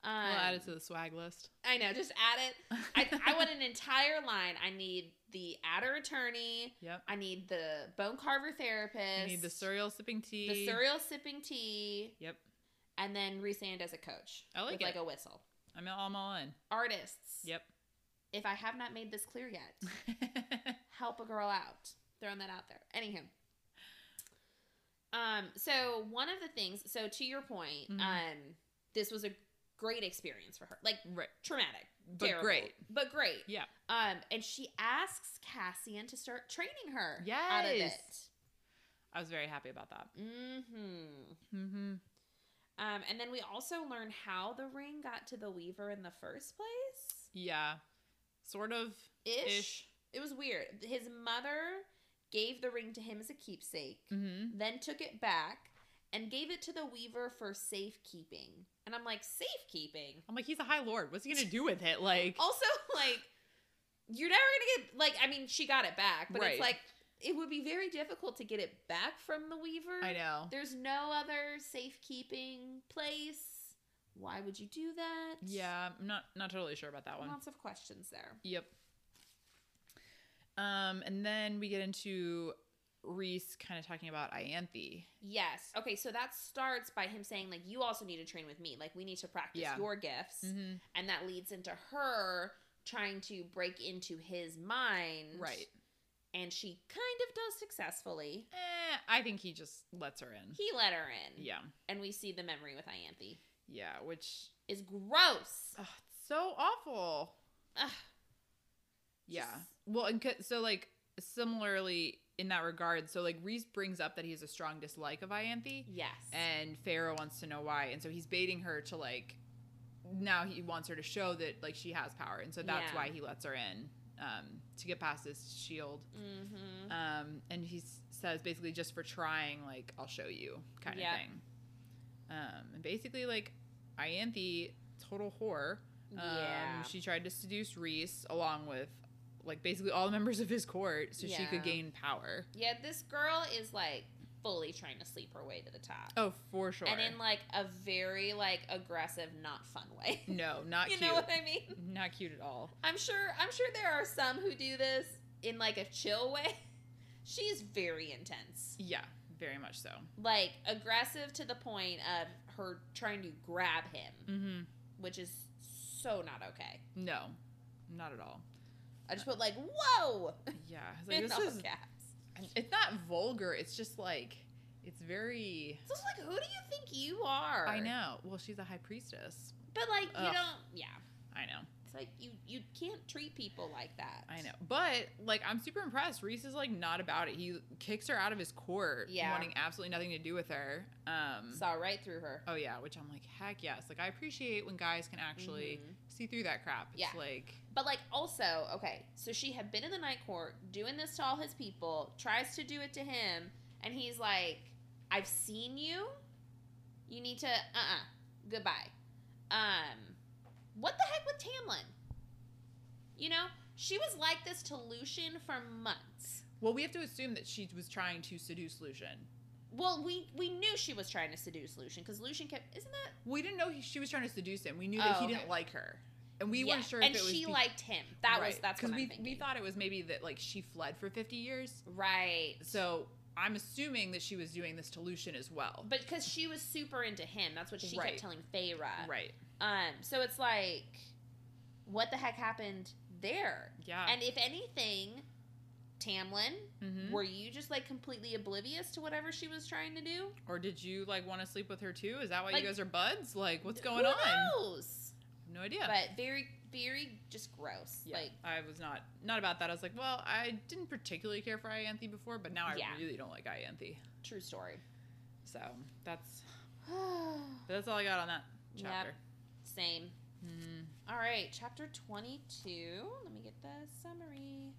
Speaker 2: Um,
Speaker 1: we'll add it to the swag list.
Speaker 2: I know, just add it. I, I want an entire line. I need the adder attorney.
Speaker 1: [laughs] Yep.
Speaker 2: I need the bone carver therapist.
Speaker 1: You need the cereal sipping tea.
Speaker 2: the cereal sipping tea,
Speaker 1: Yep.
Speaker 2: and then Resand as a coach.
Speaker 1: I like
Speaker 2: with
Speaker 1: it.
Speaker 2: like a whistle.
Speaker 1: I'm all, I'm all in.
Speaker 2: Artists.
Speaker 1: Yep.
Speaker 2: [laughs] If I have not made this clear
Speaker 1: [laughs]
Speaker 2: yet, help a girl out. Throwing that out there. Anywho. Um, so one of the things, so to your point,
Speaker 1: Mhm.
Speaker 2: um, this was a great experience for her. Like
Speaker 1: Right.
Speaker 2: traumatic,
Speaker 1: But
Speaker 2: terrible,
Speaker 1: great.
Speaker 2: but great.
Speaker 1: Yeah.
Speaker 2: Um, and she asks Cassian to start training her. Out of it.
Speaker 1: Yes. I was very happy about that.
Speaker 2: Mm-hmm.
Speaker 1: Mm-hmm.
Speaker 2: Um, and then we also learn how the ring got to the Weaver in the first place.
Speaker 1: Yeah. Sort of
Speaker 2: Ish.
Speaker 1: ish.
Speaker 2: It was weird. His mother gave the ring to him as a keepsake,
Speaker 1: Mm-hmm.
Speaker 2: then took it back and gave it to the Weaver for safekeeping. And I'm like, safekeeping?
Speaker 1: I'm like, he's a high lord. What's he gonna do with it? Like,
Speaker 2: Also, [laughs] like, you're never gonna get like. I mean, she got it back, but
Speaker 1: Right.
Speaker 2: it's like it would be very difficult to get it back from the Weaver.
Speaker 1: I know.
Speaker 2: There's no other safekeeping place. Why would you do that?
Speaker 1: Yeah, I'm not not totally sure about that one.
Speaker 2: Lots of questions there.
Speaker 1: Yep. Um, and then we get into Reese kind of talking about Ianthe.
Speaker 2: Yes. Okay, so that starts by him saying, like, you also need to train with me. Like, we need to practice
Speaker 1: Yeah.
Speaker 2: your gifts.
Speaker 1: Mm-hmm.
Speaker 2: And that leads into her trying to break into his mind.
Speaker 1: Right.
Speaker 2: And she kind of does successfully.
Speaker 1: Eh, I think he just lets her in.
Speaker 2: He let her in.
Speaker 1: yeah,
Speaker 2: And we see the memory with Ianthe.
Speaker 1: yeah, which
Speaker 2: Is gross.
Speaker 1: ugh, it's so awful.
Speaker 2: Ugh.
Speaker 1: Yeah.
Speaker 2: Just-
Speaker 1: Well, and c- so like similarly in that regard, so like Reese brings up that he has a strong dislike of Ianthe,
Speaker 2: Yes.
Speaker 1: and Pharaoh wants to know why, and so he's baiting her to like. Now he wants her to show that like she has power, and so that's
Speaker 2: Yeah.
Speaker 1: why he lets her in um, to get past his shield.
Speaker 2: mm-hmm.
Speaker 1: Um, and he s- says basically just for trying, like I'll show you, kind
Speaker 2: Yeah.
Speaker 1: of thing. Um, and basically like Ianthe, total whore. Um,
Speaker 2: yeah.
Speaker 1: She tried to seduce Reese along with like basically all the members of his court, so she
Speaker 2: Yeah.
Speaker 1: could gain power.
Speaker 2: Yeah, this girl is, like, fully trying to sleep her way to the top.
Speaker 1: Oh, for sure.
Speaker 2: And in, like, a very, like, aggressive, not fun way.
Speaker 1: no, [laughs] not
Speaker 2: you
Speaker 1: cute.
Speaker 2: know what I mean?
Speaker 1: Not cute at all.
Speaker 2: I'm sure I'm sure there are some who do this in like a chill way. [laughs] She's very intense.
Speaker 1: Yeah, very much so.
Speaker 2: Like aggressive to the point of her trying to grab him,
Speaker 1: Mm-hmm.
Speaker 2: which is so not okay.
Speaker 1: No, not at all.
Speaker 2: I just put like, whoa
Speaker 1: Yeah, I
Speaker 2: [laughs]
Speaker 1: was
Speaker 2: in
Speaker 1: like,
Speaker 2: all
Speaker 1: this is,
Speaker 2: caps.
Speaker 1: it's not vulgar. It's just like it's very.
Speaker 2: So it's like, who do you think you are?
Speaker 1: I know. Well, she's a high priestess.
Speaker 2: But like you
Speaker 1: Ugh.
Speaker 2: don't yeah.
Speaker 1: I know.
Speaker 2: It's like you you can't treat people like that.
Speaker 1: I know. But like I'm super impressed. Reese is like not about it. He kicks her out of his court,
Speaker 2: Yeah.
Speaker 1: wanting absolutely nothing to do with her. Um
Speaker 2: Mm-hmm. Saw right through her.
Speaker 1: Oh yeah, which I'm like, heck yes. Like I appreciate when guys can actually
Speaker 2: Mhm.
Speaker 1: see through that crap. It's
Speaker 2: Yeah.
Speaker 1: like
Speaker 2: But like also, okay, so she had been in the night court doing this to all his people, tries to do it to him, and he's like, I've seen you. You need to uh uh goodbye. Um what the heck with Tamlin? You know, she was like this to Lucian for months.
Speaker 1: well, we have to assume that she was trying to seduce Lucian.
Speaker 2: Well, we we knew she was trying to seduce Lucian because Lucian kept isn't that
Speaker 1: We didn't know he, she was trying to seduce him. We knew that
Speaker 2: Oh,
Speaker 1: he
Speaker 2: okay.
Speaker 1: didn't like her. And we
Speaker 2: Yeah,
Speaker 1: weren't sure
Speaker 2: and
Speaker 1: if it was
Speaker 2: she
Speaker 1: be-
Speaker 2: liked him. That was
Speaker 1: Right.
Speaker 2: that's what I'm
Speaker 1: we
Speaker 2: thinking.
Speaker 1: we thought it was maybe that like she fled for 50 years.
Speaker 2: right.
Speaker 1: So, I'm assuming that she was doing this to Lucian as well.
Speaker 2: But because she was super into him, that's what she
Speaker 1: Right.
Speaker 2: kept telling Feyre.
Speaker 1: right.
Speaker 2: Um, so it's like, what the heck happened there?
Speaker 1: Yeah.
Speaker 2: And if anything, Tamlin,
Speaker 1: Mhm.
Speaker 2: were you just like completely oblivious to whatever she was trying to do?
Speaker 1: Or did you like want to sleep with her too? Is that why
Speaker 2: Like-
Speaker 1: you guys are buds? Like, what's going
Speaker 2: Who
Speaker 1: on?
Speaker 2: knows?
Speaker 1: No idea.
Speaker 2: But very, very just gross.
Speaker 1: yeah,
Speaker 2: Like,
Speaker 1: I was not not about that. I was like, well, I didn't particularly care for Ianthe before, but now I
Speaker 2: Yeah.
Speaker 1: really don't like Ianthe.
Speaker 2: true
Speaker 1: [sighs]
Speaker 2: story.
Speaker 1: So that's that's all I got on that
Speaker 2: Yep.
Speaker 1: chapter.
Speaker 2: Same.
Speaker 1: Mm.
Speaker 2: All right, chapter 22. Let me get the summary.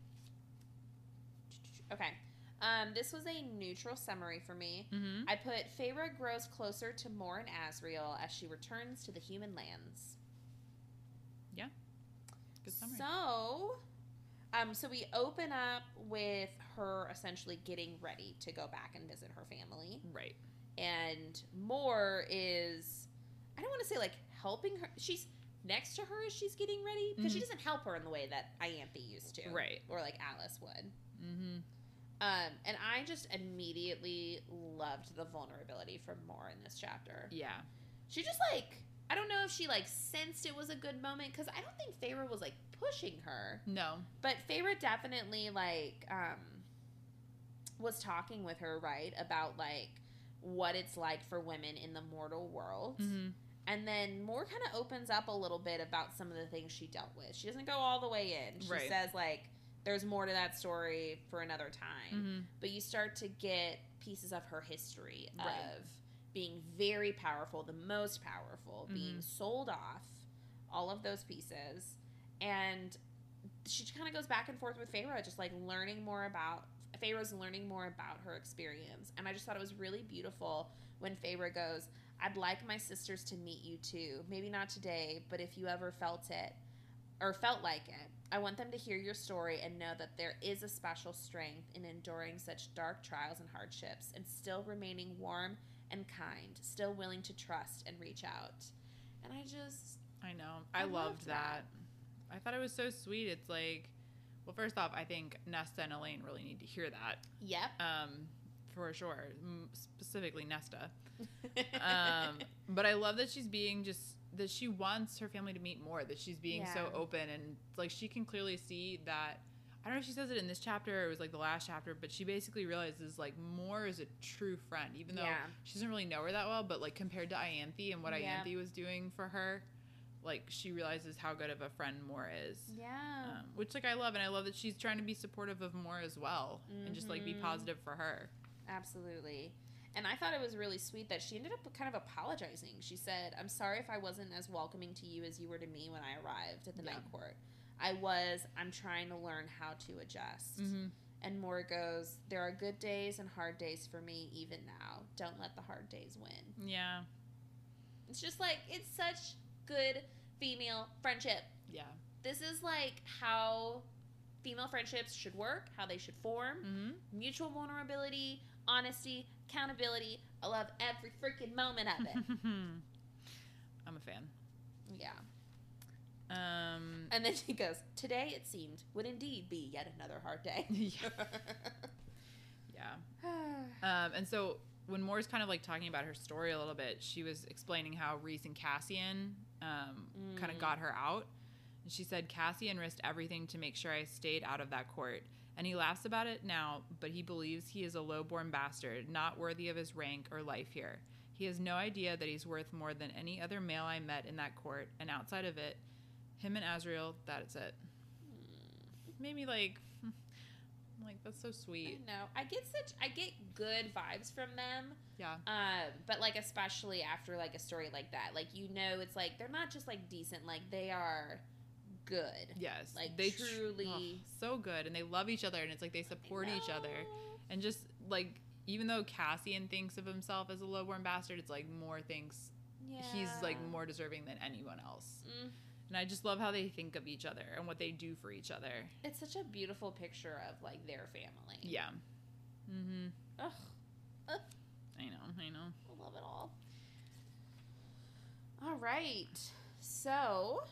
Speaker 2: Okay. Um, this was a neutral summary for me.
Speaker 1: hmm
Speaker 2: I put Feyre grows closer to Mor and Asriel as she returns to the human lands.
Speaker 1: Good summary.
Speaker 2: So, um, so we open up with her essentially getting ready to go back and visit her family,
Speaker 1: right.
Speaker 2: and Mor is, I don't want to say like helping her. She's next to her as she's getting ready because she doesn't help her in the way that Ianthe used to,
Speaker 1: Mm-hmm. Right.
Speaker 2: Or like Alice would.
Speaker 1: Mm-hmm.
Speaker 2: Um, and I just immediately loved the vulnerability from Mor in this chapter.
Speaker 1: Yeah.
Speaker 2: She just like I don't know if she like sensed it was a good moment because I don't think Feyre was like pushing her,
Speaker 1: No.
Speaker 2: but Feyre definitely like um was talking with her right about like what it's like for women in the mortal world,
Speaker 1: Mm-hmm.
Speaker 2: And then Moore kind of opens up a little bit about some of the things she dealt with. She doesn't go all the way in. She
Speaker 1: Right.
Speaker 2: says, like, there's more to that story for another time.
Speaker 1: hmm
Speaker 2: But you start to get pieces of her history of
Speaker 1: Right.
Speaker 2: being very powerful, the most powerful, being sold off, all of those pieces. And she kind of goes back and forth with Pharaoh, just like learning more about Pharaoh's learning more about her experience. And I just thought it was really beautiful when Pharaoh goes, I'd like my sisters to meet you too. Maybe not today, but if you ever felt it or felt like it, I want them to hear your story and know that there is a special strength in enduring such dark trials and hardships and still remaining warm and kind, still willing to trust and reach out. And I just,
Speaker 1: I know.
Speaker 2: I
Speaker 1: I, loved,
Speaker 2: loved
Speaker 1: that. I thought it was so sweet. It's like, well, first off, I think Nesta and Elaine really need to hear that [laughs]
Speaker 2: yep.
Speaker 1: um, for sure, M- specifically Nesta. [laughs] Um, but I love that she's being just that she wants her family to meet more. That she's being so
Speaker 2: Yeah.
Speaker 1: open and like she can clearly see that. I don't know if she says it in this chapter or it was like the last chapter, but she basically realizes like Moore is a true friend, even though
Speaker 2: Yeah.
Speaker 1: she doesn't really know her that well, but like compared to Ianthe and what
Speaker 2: Yeah.
Speaker 1: Ianthe was doing for her, like she realizes how good of a friend Moore is.
Speaker 2: yeah.
Speaker 1: Um, which like I love, and I love that she's trying to be supportive of Moore as well, and just like be
Speaker 2: Mhm.
Speaker 1: positive for her.
Speaker 2: Absolutely. And I thought it was really sweet that she ended up kind of apologizing. She said, I'm sorry if I wasn't as welcoming to you as you were to me when I arrived at the
Speaker 1: Yeah.
Speaker 2: night court. I was, I'm trying to learn how to adjust.
Speaker 1: Mm-hmm.
Speaker 2: And Moore goes, There are good days and hard days for me even now. Don't let the hard days win.
Speaker 1: Yeah,
Speaker 2: It's just like, it's such good female friendship.
Speaker 1: yeah,
Speaker 2: This is like how female friendships should work, how they should form
Speaker 1: mm-hmm.
Speaker 2: mutual vulnerability, honesty, accountability. I love every freaking moment of
Speaker 1: [laughs]
Speaker 2: it.
Speaker 1: [laughs] I'm a fan.
Speaker 2: yeah.
Speaker 1: Um,
Speaker 2: And then she goes, Today it seemed would indeed be yet another hard
Speaker 1: [laughs]
Speaker 2: day.
Speaker 1: [laughs]
Speaker 2: [sighs]
Speaker 1: yeah, yeah. Um, and so when Moore's kind of like talking about her story a little bit, she was explaining how Reese and Cassian um, kind
Speaker 2: Mm.
Speaker 1: of got her out. And she said, Cassian risked everything to make sure I stayed out of that court. And he laughs about it now, but he believes he is a low born bastard, not worthy of his rank or life here. He has no idea that he's worth more than any other male I met in that court, and outside of it, him and Azrael, that is it. Maybe like, [laughs] like that's so sweet.
Speaker 2: No, I get such I get good vibes from them,
Speaker 1: Yeah.
Speaker 2: um, but like especially after like a story like that, like you know it's like they're not just like decent, like they are good.
Speaker 1: Yes.
Speaker 2: Like,
Speaker 1: tr-
Speaker 2: truly-
Speaker 1: Ugh, so good and they love each other and it's like they support each other.
Speaker 2: No.
Speaker 1: And just like even though Cassian thinks of himself as a lowborn bastard, it's like Moore thinks he's like
Speaker 2: Yeah.
Speaker 1: more deserving than anyone else.
Speaker 2: Mm.
Speaker 1: And I just love how they think of each other and what they do for each other.
Speaker 2: It's such a beautiful picture of like their family.
Speaker 1: Yeah. Mhm.
Speaker 2: Ugh,
Speaker 1: I know. I know.
Speaker 2: I love it all. All right. So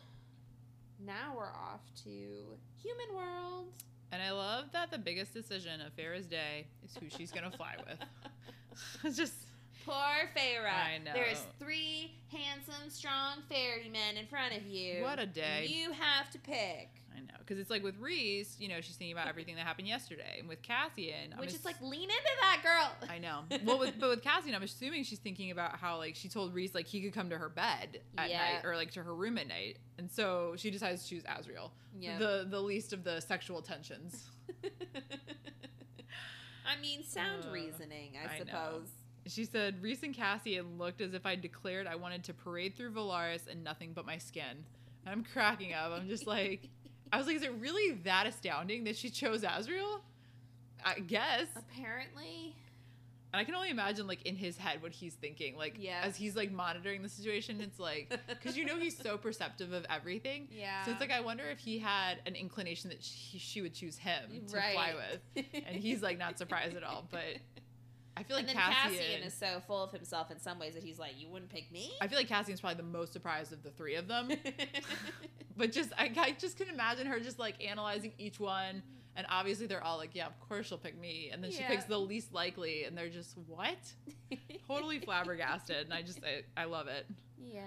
Speaker 2: now we're off to human world.
Speaker 1: And I love that the biggest decision of Farrah's day is who she's going to fly with. [laughs] It's just
Speaker 2: Poor Feyre.
Speaker 1: I know.
Speaker 2: There's three handsome, strong fairy men in front of you.
Speaker 1: What a day.
Speaker 2: You have to pick.
Speaker 1: I know because it's like with Reese, you know, she's
Speaker 2: [laughs]
Speaker 1: thinking about everything that happened yesterday, and with Cassian, I'm
Speaker 2: Which is
Speaker 1: ass-
Speaker 2: like, lean into that, girl. [laughs]
Speaker 1: I know. Well, with, but with Cassian, I'm assuming she's thinking about how like she told Reese like he could come to her bed at
Speaker 2: Yeah.
Speaker 1: night or like to her room at night, and so she decides to choose Azrael,
Speaker 2: Yeah.
Speaker 1: the the least of the sexual tensions.
Speaker 2: I mean, sound
Speaker 1: Uh,
Speaker 2: reasoning, I,
Speaker 1: I know.
Speaker 2: suppose.
Speaker 1: She said Reese and Cassian looked as if I declared I wanted to parade through Valaris and nothing but my skin. And I'm cracking up. I'm
Speaker 2: [laughs]
Speaker 1: just like, I was like, is it really that astounding that she chose Azrael? I guess.
Speaker 2: [laughs] Apparently.
Speaker 1: And I can only imagine, like, in his head, what he's thinking. Like,
Speaker 2: Yeah.
Speaker 1: as he's, like, monitoring the situation, it's like, because you know he's so perceptive of everything.
Speaker 2: Yeah.
Speaker 1: [laughs] So it's like, I wonder if he had an inclination that she, she would choose him to fly with.
Speaker 2: [laughs]
Speaker 1: And he's, like, not surprised at all. But I feel like
Speaker 2: and then
Speaker 1: Cassian,
Speaker 2: Cassian. is so full of himself in some ways that he's like, you wouldn't pick me.
Speaker 1: I feel like Cassian's probably the most surprised of the three
Speaker 2: [laughs]
Speaker 1: of them. but just, I, I just can imagine her just, like, analyzing each one. And obviously they're all like, yeah, of course she'll pick me. And then
Speaker 2: Mm-hmm. Yeah.
Speaker 1: she picks the least likely. And they're just, what? [laughs]
Speaker 2: [laughs]
Speaker 1: totally flabbergasted and i just i, I love it
Speaker 2: Yeah,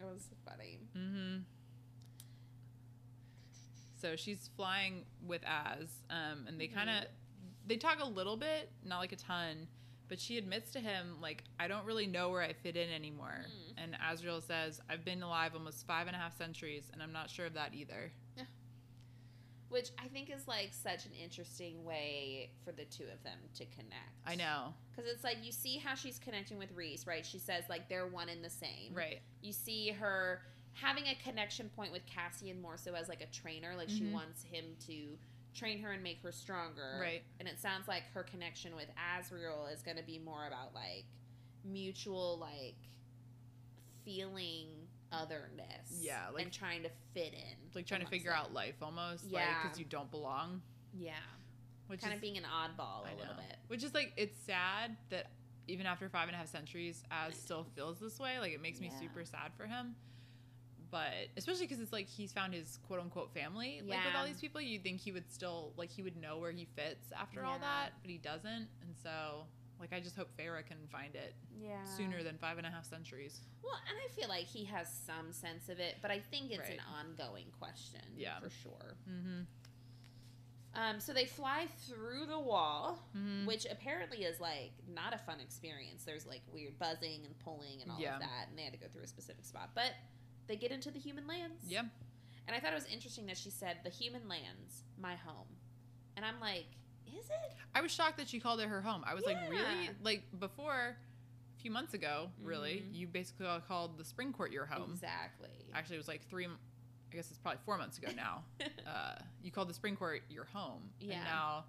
Speaker 2: it was funny.
Speaker 1: mm-hmm. so she's
Speaker 2: Mm-hmm.
Speaker 1: flying with az um, and they kind of they talk a little bit not like a ton But she admits to him, like, I don't really know where I fit in anymore.
Speaker 2: Mm.
Speaker 1: And Azrael says, I've been alive almost five and a half centuries, and I'm not sure of that either.
Speaker 2: Which I think is like such an interesting way for the two of them to connect.
Speaker 1: I know.
Speaker 2: Because it's like you see how she's connecting with Reese, right? She says like they're one and the same.
Speaker 1: Right.
Speaker 2: You see her having a connection point with Cassian more so as like a trainer. Like she
Speaker 1: Mhm.
Speaker 2: wants him to train her and make her stronger.
Speaker 1: Right.
Speaker 2: And it sounds like her connection with Azriel is going to be more about like mutual like feeling otherness.
Speaker 1: Yeah, like-
Speaker 2: and trying to fit in.
Speaker 1: Like trying to
Speaker 2: amongst
Speaker 1: figure
Speaker 2: them.
Speaker 1: out life almost. Yeah.
Speaker 2: Yeah.
Speaker 1: because you don't belong.
Speaker 2: Yeah.
Speaker 1: Which
Speaker 2: kind
Speaker 1: is,
Speaker 2: of being an oddball
Speaker 1: I
Speaker 2: a little
Speaker 1: know.
Speaker 2: bit.
Speaker 1: Which is like, it's sad that even after five and a half centuries, Az still feels this way. Like, it makes me
Speaker 2: Yeah.
Speaker 1: super sad for him. But especially because it's like he's found his quote unquote family. Like, with
Speaker 2: Yeah.
Speaker 1: all these people, you'd think he would still, like, he would know where he fits after all
Speaker 2: Yeah.
Speaker 1: that, but he doesn't. And so, like, I just hope Farah can find it
Speaker 2: Yeah.
Speaker 1: sooner than five and a half centuries.
Speaker 2: Well, and I feel like he has some sense of it, but I think it's
Speaker 1: Right.
Speaker 2: an ongoing question.
Speaker 1: Yeah.
Speaker 2: For sure.
Speaker 1: Mm-hmm.
Speaker 2: Um, so they fly through the wall,
Speaker 1: mm-hmm.
Speaker 2: which apparently is like not a fun experience. There's like weird buzzing and pulling and all
Speaker 1: Yeah.
Speaker 2: of that, and they had to go through a specific spot. But they get into the human lands.
Speaker 1: Yeah.
Speaker 2: And I thought it was interesting that she said, the human lands, my home. And I'm like, is it?
Speaker 1: I was shocked that she called it her home. I was like, really?
Speaker 2: Yeah.
Speaker 1: Like, before, a few months ago, really,
Speaker 2: Mhm.
Speaker 1: you basically all called the spring court your home.
Speaker 2: Exactly.
Speaker 1: Actually, it was like three, m- I guess it's probably four months ago
Speaker 2: [laughs]
Speaker 1: now. uh, you called the spring court your home.
Speaker 2: Yeah.
Speaker 1: And now,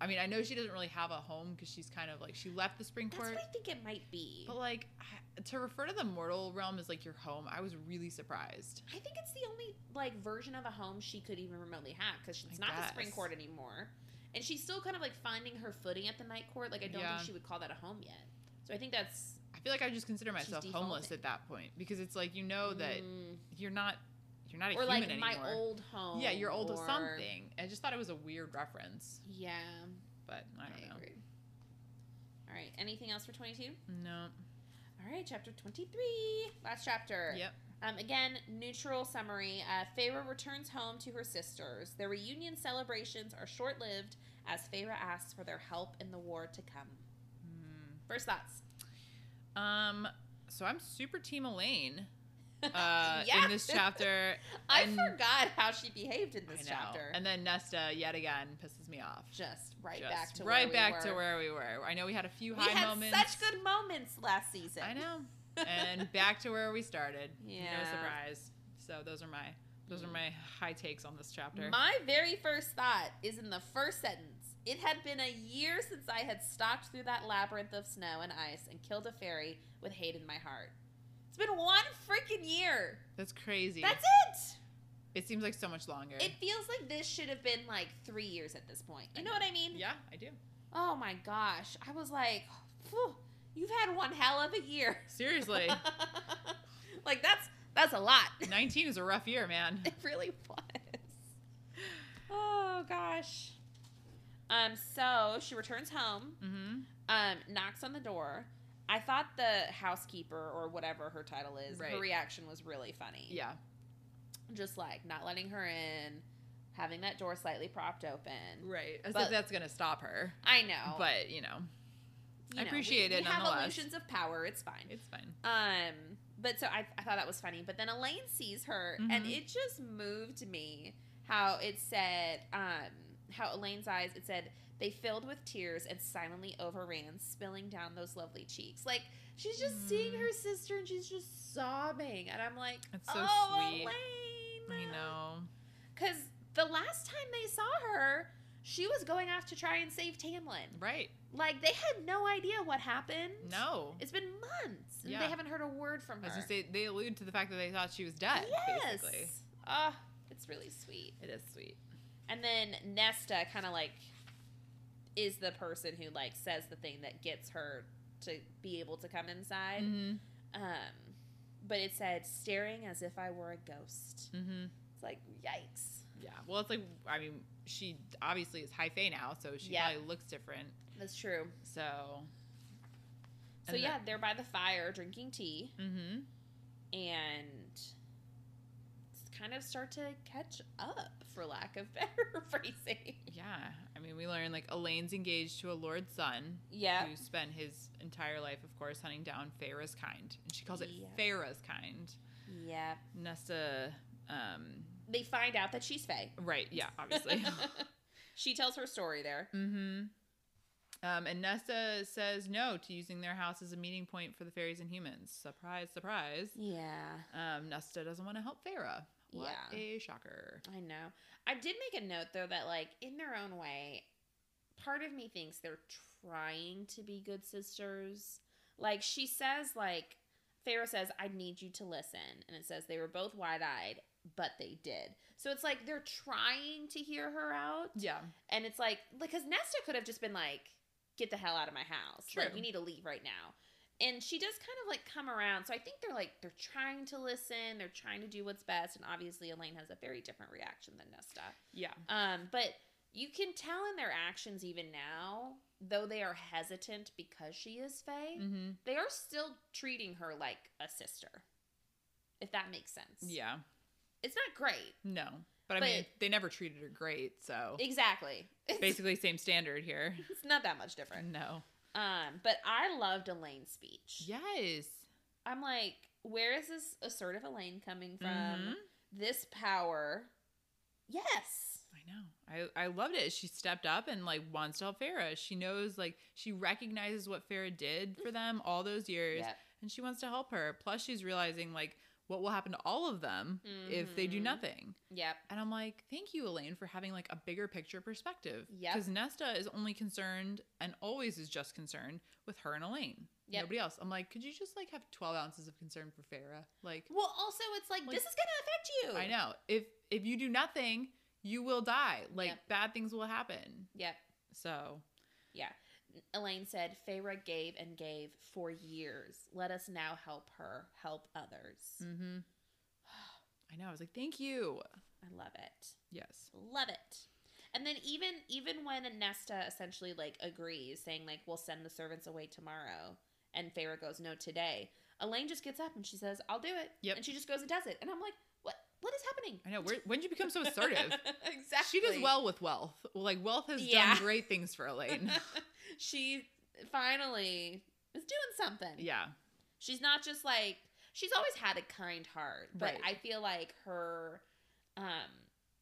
Speaker 1: I mean, I know she doesn't really have a home because she's kind of like, she left the spring
Speaker 2: That's
Speaker 1: court.
Speaker 2: what I think it might be.
Speaker 1: But like, I- to refer to the mortal realm as like your home, I was really surprised.
Speaker 2: I think it's the only like version of a home she could even remotely have because she's
Speaker 1: I
Speaker 2: not the spring
Speaker 1: guess.
Speaker 2: court anymore, and she's still kind of like finding her footing at the night court. Like I don't
Speaker 1: Yeah.
Speaker 2: think she would call that a home yet. So I think that's
Speaker 1: I feel like I just consider
Speaker 2: She's
Speaker 1: myself homeless
Speaker 2: defaulting.
Speaker 1: at that point because it's like, you know that
Speaker 2: Mm.
Speaker 1: you're not, you're not a
Speaker 2: or
Speaker 1: human
Speaker 2: like
Speaker 1: anymore.
Speaker 2: my old home.
Speaker 1: Yeah, you're old or
Speaker 2: or-
Speaker 1: something. I just thought it was a weird reference,
Speaker 2: Yeah,
Speaker 1: but I
Speaker 2: I,
Speaker 1: don't know.
Speaker 2: agree. All right, anything else for twenty two?
Speaker 1: No.
Speaker 2: All right, chapter twenty three, last chapter.
Speaker 1: Yep.
Speaker 2: Um, again, neutral summary. Uh, Feyre returns home to her sisters. Their reunion celebrations are short lived as Feyre asks for their help in the war to come. First thoughts.
Speaker 1: Hmm. Um. So I'm super team Elaine
Speaker 2: [laughs]
Speaker 1: uh,
Speaker 2: Yeah.
Speaker 1: in this chapter.
Speaker 2: I
Speaker 1: and-
Speaker 2: forgot how she behaved in
Speaker 1: I
Speaker 2: this
Speaker 1: know.
Speaker 2: chapter.
Speaker 1: And then Nesta yet again pisses me off.
Speaker 2: just right
Speaker 1: Just
Speaker 2: back to
Speaker 1: right
Speaker 2: where
Speaker 1: back
Speaker 2: we were.
Speaker 1: to where we were. I know we had a few
Speaker 2: we
Speaker 1: high
Speaker 2: had
Speaker 1: moments.
Speaker 2: such good moments last season. [laughs]
Speaker 1: I know. And back to where we started. No
Speaker 2: Yeah.
Speaker 1: surprise. So those are my those are my high takes on this chapter.
Speaker 2: My very first thought is in the first sentence. It had been a year since I had stalked through that labyrinth of snow and ice and killed a fairy with hate in my heart. It's been one freaking year.
Speaker 1: That's crazy.
Speaker 2: That's it.
Speaker 1: it seems like so much longer.
Speaker 2: It feels like this should have been like three years at this point. You
Speaker 1: I
Speaker 2: know what I mean?
Speaker 1: yeah, I do.
Speaker 2: Oh my gosh. I was like, phew, you've had one hell of a year.
Speaker 1: Seriously.
Speaker 2: [laughs] like that's that's a lot. [laughs]
Speaker 1: 19 is a rough year, [laughs] man.
Speaker 2: It really was. Oh gosh. Um, so she returns home,
Speaker 1: Mm-hmm.
Speaker 2: um, knocks on the door. I thought the housekeeper or whatever her title is, her
Speaker 1: Right.
Speaker 2: reaction was really funny.
Speaker 1: Yeah.
Speaker 2: Just like not letting her in, having that door slightly propped open.
Speaker 1: Right. As if
Speaker 2: But-
Speaker 1: that's going to stop her.
Speaker 2: I know.
Speaker 1: But, you know,
Speaker 2: you
Speaker 1: I appreciate
Speaker 2: we,
Speaker 1: it
Speaker 2: We have
Speaker 1: nonetheless.
Speaker 2: illusions of power. It's fine.
Speaker 1: it's fine.
Speaker 2: Um, but so I, I thought that was funny. But then Elaine sees her, and
Speaker 1: Mhm.
Speaker 2: it just moved me how it said, um, how Elaine's eyes, it said, they filled with tears and silently overran, spilling down those lovely cheeks. Like, she's just seeing
Speaker 1: Mm.
Speaker 2: her sister and she's just sobbing. And I'm like,
Speaker 1: It's so
Speaker 2: oh,
Speaker 1: sweet.
Speaker 2: Elaine.
Speaker 1: I know.
Speaker 2: Because the last time they saw her, she was going off to try and save Tamlin.
Speaker 1: Right.
Speaker 2: Like, they had no idea what happened.
Speaker 1: No.
Speaker 2: It's been months, and
Speaker 1: Yeah.
Speaker 2: they haven't heard a word from her.
Speaker 1: As you say, they allude to the fact that they thought she was dead.
Speaker 2: yes.
Speaker 1: Basically.
Speaker 2: Oh, it's really sweet.
Speaker 1: It is sweet.
Speaker 2: And then Nesta kind of like is the person who like says the thing that gets her to be able to come inside.
Speaker 1: Mm-hmm.
Speaker 2: Um, but it said staring as if I were a ghost.
Speaker 1: Mm-hmm.
Speaker 2: It's like yikes.
Speaker 1: Yeah. Well, it's like, I mean, she obviously is high fae now, so she
Speaker 2: Yeah.
Speaker 1: probably looks different.
Speaker 2: That's true.
Speaker 1: So.
Speaker 2: So yeah, they're by the fire drinking tea
Speaker 1: Mm-hmm.
Speaker 2: and it's kind of start to catch up, for lack of [laughs] better phrasing.
Speaker 1: Yeah. I mean, we learned like Elaine's engaged to a Lord's son
Speaker 2: Yeah.
Speaker 1: who spent his entire life, of course, hunting down Farah's kind. And she calls it
Speaker 2: Yeah.
Speaker 1: Farah's kind.
Speaker 2: Yeah.
Speaker 1: Nesta, um,
Speaker 2: They find out that she's Faye.
Speaker 1: right. Yeah,
Speaker 2: [laughs]
Speaker 1: obviously.
Speaker 2: she tells her story there.
Speaker 1: Mm-hmm. Um, and Nesta says no to using their house as a meeting point for the fairies and humans. Surprise, surprise.
Speaker 2: Yeah.
Speaker 1: Um, Nesta doesn't want to help Farah. What
Speaker 2: Yeah.
Speaker 1: a shocker.
Speaker 2: I know. I did make a note though that like in their own way, part of me thinks they're trying to be good sisters. Like she says, like Pharaoh says, "I need you to listen," and it says they were both wide-eyed, but they did. So it's like they're trying to hear her out,
Speaker 1: Yeah.
Speaker 2: and it's like because Nesta could have just been like, "Get the hell out of my house! Like
Speaker 1: True.
Speaker 2: you need to leave right now." And she does kind of like come around. So I think they're like they're trying to listen, they're trying to do what's best, and obviously Elaine has a very different reaction than Nesta.
Speaker 1: Yeah.
Speaker 2: Um, but you can tell in their actions even now, though they are hesitant because she is Faye,
Speaker 1: Mm-hmm.
Speaker 2: they are still treating her like a sister. If that makes sense.
Speaker 1: Yeah.
Speaker 2: It's not great.
Speaker 1: No. But I
Speaker 2: But-
Speaker 1: mean, they never treated her great, so
Speaker 2: Exactly. [laughs] It's,
Speaker 1: basically same standard here.
Speaker 2: it's not that much different.
Speaker 1: No.
Speaker 2: Um, but I loved Elaine's speech.
Speaker 1: Yes.
Speaker 2: I'm like, where is this assertive Elaine coming from?
Speaker 1: Mhm.
Speaker 2: This power. Yes.
Speaker 1: I know. I, I loved it. She stepped up and like wants to help Farah. She knows like she recognizes what Farah did
Speaker 2: Mm-hmm.
Speaker 1: for them all those years.
Speaker 2: Yep.
Speaker 1: and she wants to help her. Plus, she's realizing like what will happen to all of them if they do
Speaker 2: Mhm.
Speaker 1: nothing.
Speaker 2: Yep.
Speaker 1: And I'm like, thank you, Elaine, for having like a bigger picture perspective.
Speaker 2: Yep.
Speaker 1: Because Nesta is only concerned and always is just concerned with her and Elaine.
Speaker 2: Yep.
Speaker 1: Nobody else. I'm like, could you just like have 12 ounces of concern for Farah? Like,
Speaker 2: Well, also, it's like,
Speaker 1: Like-
Speaker 2: this is gonna affect you.
Speaker 1: I know if if you do nothing, you will die. Like
Speaker 2: Yep.
Speaker 1: bad things will happen.
Speaker 2: Yep.
Speaker 1: So
Speaker 2: Elaine said, Feyre gave and gave for years. Let us now help her help others.
Speaker 1: mm-hmm. [sighs] I know. I was like, thank you.
Speaker 2: I love it.
Speaker 1: Yes.
Speaker 2: Love it. And then even even when Nesta essentially like agrees, saying like, We'll send the servants away tomorrow and Feyre goes, No, today, Elaine just gets up and she says, I'll do it.
Speaker 1: Yep.
Speaker 2: And she just goes and does it. And I'm like, What what is happening?
Speaker 1: I know. Where, when did you become so [laughs]
Speaker 2: [laughs]
Speaker 1: assertive?
Speaker 2: exactly. [laughs]
Speaker 1: She does well with wealth. Like wealth has
Speaker 2: Yeah.
Speaker 1: done great things
Speaker 2: [laughs]
Speaker 1: for Elaine.
Speaker 2: she finally is doing something.
Speaker 1: yeah.
Speaker 2: She's not just like she's always had a kind heart, but
Speaker 1: Right.
Speaker 2: I feel like her um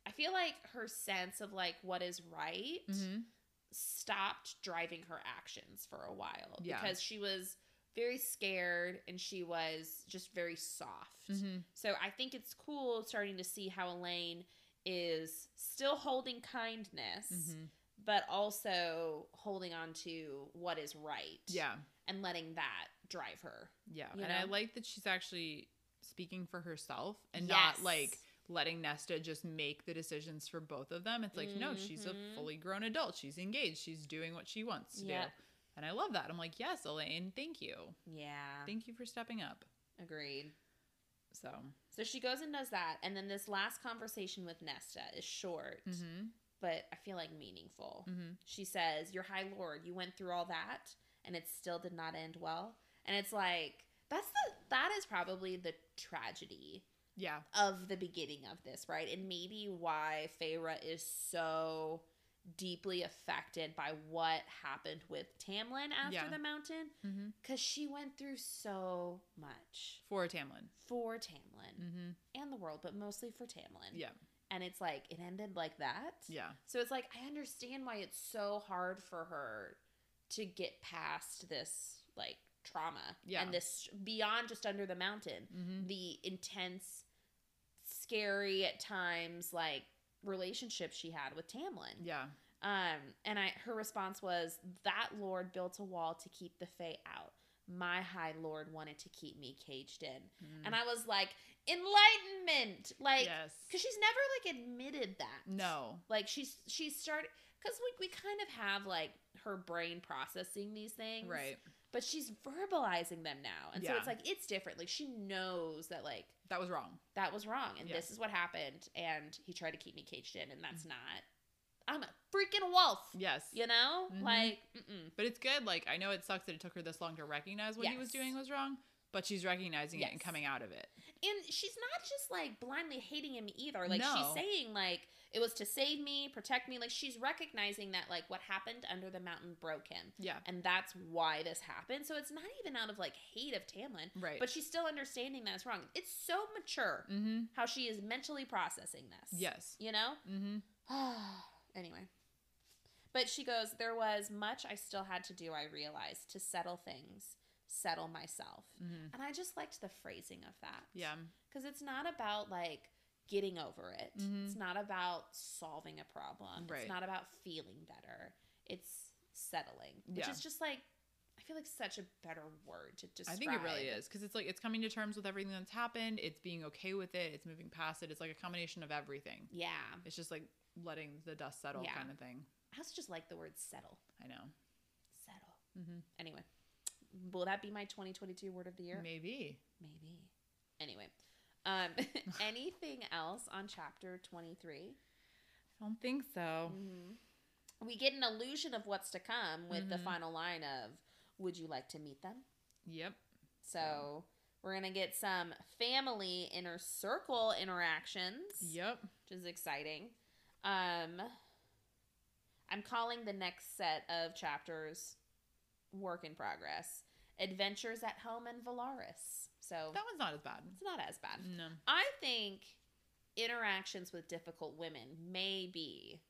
Speaker 2: I feel like her sense of like what is right
Speaker 1: Mhm.
Speaker 2: stopped driving her actions for a while
Speaker 1: Yeah.
Speaker 2: because she was very scared and she was just very soft.
Speaker 1: Mhm.
Speaker 2: So I think it's cool starting to see how Elaine is still holding kindness
Speaker 1: Mhm.
Speaker 2: but also holding on to what is right
Speaker 1: Yeah.
Speaker 2: and letting that drive her.
Speaker 1: Yeah.
Speaker 2: You
Speaker 1: and I
Speaker 2: know?
Speaker 1: like that she's actually speaking for herself and
Speaker 2: Yes.
Speaker 1: not like letting Nesta just make the decisions for both of them. It's like, no, she's a
Speaker 2: Mhm.
Speaker 1: fully grown adult. She's engaged. She's doing what she wants to
Speaker 2: Yeah.
Speaker 1: do. And I love that. I'm like, yes, Elaine, thank you.
Speaker 2: Yeah.
Speaker 1: Thank you for stepping up.
Speaker 2: Agreed.
Speaker 1: So,
Speaker 2: So she goes and does that, and then this last conversation with Nesta is short,
Speaker 1: mhm.
Speaker 2: but I feel like meaningful.
Speaker 1: Mhm.
Speaker 2: She says, "Your High Lord, you went through all that, and it still did not end well." And it's like that's the that is probably the tragedy
Speaker 1: yeah.
Speaker 2: of the beginning of this, right? And maybe why Feyre is so deeply affected by what happened with Tamlin after
Speaker 1: Yeah.
Speaker 2: the mountain,
Speaker 1: Mhm.
Speaker 2: because she went through so much
Speaker 1: For Tamlin.
Speaker 2: for Tamlin.
Speaker 1: Mhm.
Speaker 2: and the world, but mostly for Tamlin.
Speaker 1: Yeah.
Speaker 2: And it's like it ended like that.
Speaker 1: Yeah.
Speaker 2: So it's like I understand why it's so hard for her to get past this like trauma
Speaker 1: Yeah.
Speaker 2: and this beyond just under the mountain,
Speaker 1: Mhm.
Speaker 2: the intense, scary at times like relationship she had with Tamlin.
Speaker 1: Yeah.
Speaker 2: Um, and I her response was, "That Lord built a wall to keep the Fae out. My High Lord wanted to keep me caged in."
Speaker 1: Mhm.
Speaker 2: And I was like, enlightenment. Like,
Speaker 1: yes.
Speaker 2: because she's never like admitted that.
Speaker 1: No.
Speaker 2: Like she's she's started because we we kind of have like her brain processing these things,
Speaker 1: Right.
Speaker 2: But she's verbalizing them now, and so
Speaker 1: Yeah.
Speaker 2: it's like it's different. Like she knows that like
Speaker 1: That was wrong.
Speaker 2: that was wrong, and
Speaker 1: Yeah.
Speaker 2: this is what happened, and he tried to keep me caged in, and
Speaker 1: Mm.
Speaker 2: that's not. I'm a freaking wolf,
Speaker 1: Yes.
Speaker 2: you know.
Speaker 1: Mhm.
Speaker 2: Like, mm-mm.
Speaker 1: But it's good. Like I know it sucks that it took her this long to recognize what he was
Speaker 2: Yes.
Speaker 1: doing was wrong, but she's recognizing it and
Speaker 2: Yes.
Speaker 1: coming out of it.
Speaker 2: And she's not just like blindly hating him either. Like
Speaker 1: No.
Speaker 2: she's saying like it was to save me, protect me. Like she's recognizing that like what happened under the mountain broke him.
Speaker 1: Yeah.
Speaker 2: And that's why this happened. So it's not even out of like hate of Tamlin,
Speaker 1: Right.
Speaker 2: but she's still understanding that it's wrong. It's so mature
Speaker 1: mm-hmm.
Speaker 2: how she is mentally processing this.
Speaker 1: Yes.
Speaker 2: You know? [sighs]
Speaker 1: Mm-hmm.
Speaker 2: anyway. But she goes, There was much I still had to do, I realized, to settle things, settle myself.
Speaker 1: Mm-hmm.
Speaker 2: And I just liked the phrasing of that.
Speaker 1: Yeah.
Speaker 2: Because it's not about like getting over it,
Speaker 1: Mhm.
Speaker 2: it's not about solving a problem,
Speaker 1: Right.
Speaker 2: it's not about feeling better. It's settling, which
Speaker 1: Yeah.
Speaker 2: is just like, I feel like such a better word to
Speaker 1: I
Speaker 2: describe.
Speaker 1: think it really is because it's like it's coming to terms with everything that's happened. It's being okay with it. It's moving past it. It's like a combination of everything.
Speaker 2: Yeah.
Speaker 1: It's just like letting the dust settle
Speaker 2: Yeah.
Speaker 1: kind of thing.
Speaker 2: I also just like the word settle.
Speaker 1: I know.
Speaker 2: Settle.
Speaker 1: Mm-hmm.
Speaker 2: Anyway, will that be my 2022 word of the year?
Speaker 1: Maybe.
Speaker 2: Maybe. Anyway, um, [laughs] anything else on chapter 23?
Speaker 1: I don't think so.
Speaker 2: Mm-hmm. We get an illusion of what's to come with the
Speaker 1: Mhm.
Speaker 2: final line of, Would you like to meet them?
Speaker 1: Yep.
Speaker 2: So we're going to get some family inner circle interactions,
Speaker 1: Yep.
Speaker 2: which is exciting. Um, I'm calling the next set of chapters work in progress. Adventures at Home and Valaris. So
Speaker 1: That one's not as bad.
Speaker 2: it's not as bad.
Speaker 1: No.
Speaker 2: I think interactions with difficult women may be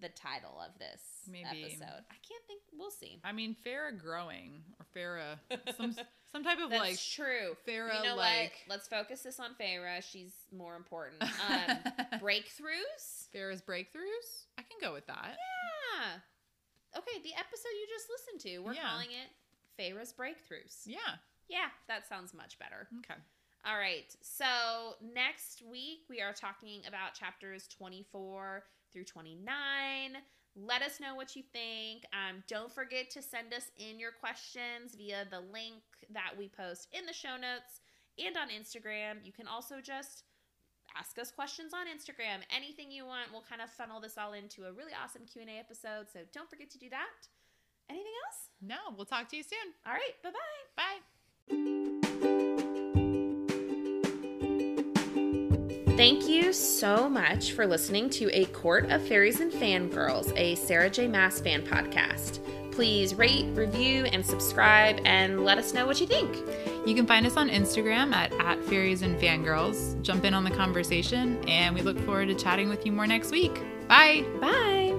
Speaker 2: the title of this
Speaker 1: Maybe.
Speaker 2: episode. I can't think. We'll see.
Speaker 1: I mean, Farah growing or Farah
Speaker 2: [laughs]
Speaker 1: some some type of
Speaker 2: That's
Speaker 1: like
Speaker 2: true.
Speaker 1: Farah
Speaker 2: You know
Speaker 1: like
Speaker 2: what? Let's focus this on Feyre. She's more
Speaker 1: [laughs]
Speaker 2: important. Um, breakthroughs.
Speaker 1: Farah's breakthroughs. I can go with that.
Speaker 2: Yeah. Okay, the episode you just listened to, we're
Speaker 1: Yeah.
Speaker 2: calling it Feyre's Breakthroughs.
Speaker 1: Yeah.
Speaker 2: Yeah, that sounds much better.
Speaker 1: Okay.
Speaker 2: All right. So next week we are talking about chapters 24 through 29. Let us know what you think. Um, don't forget to send us in your questions via the link that we post in the show notes and on Instagram. You can also just ask us questions on Instagram. Anything you want, we'll kind of funnel this all into a really awesome Q&A episode. So don't forget to do that. Anything else?
Speaker 1: No, we'll talk to you soon.
Speaker 2: All right. Bye-bye.
Speaker 1: Bye.
Speaker 2: Thank you so much for listening to A Court of Fairies and Fangirls, a Sarah J. Mass fan podcast. Please rate, review, and subscribe, and let us know what you think.
Speaker 1: You can find us on Instagram at, at fairies and fangirls. Jump in on the conversation, and we look forward to chatting with you more next week. Bye.
Speaker 2: Bye.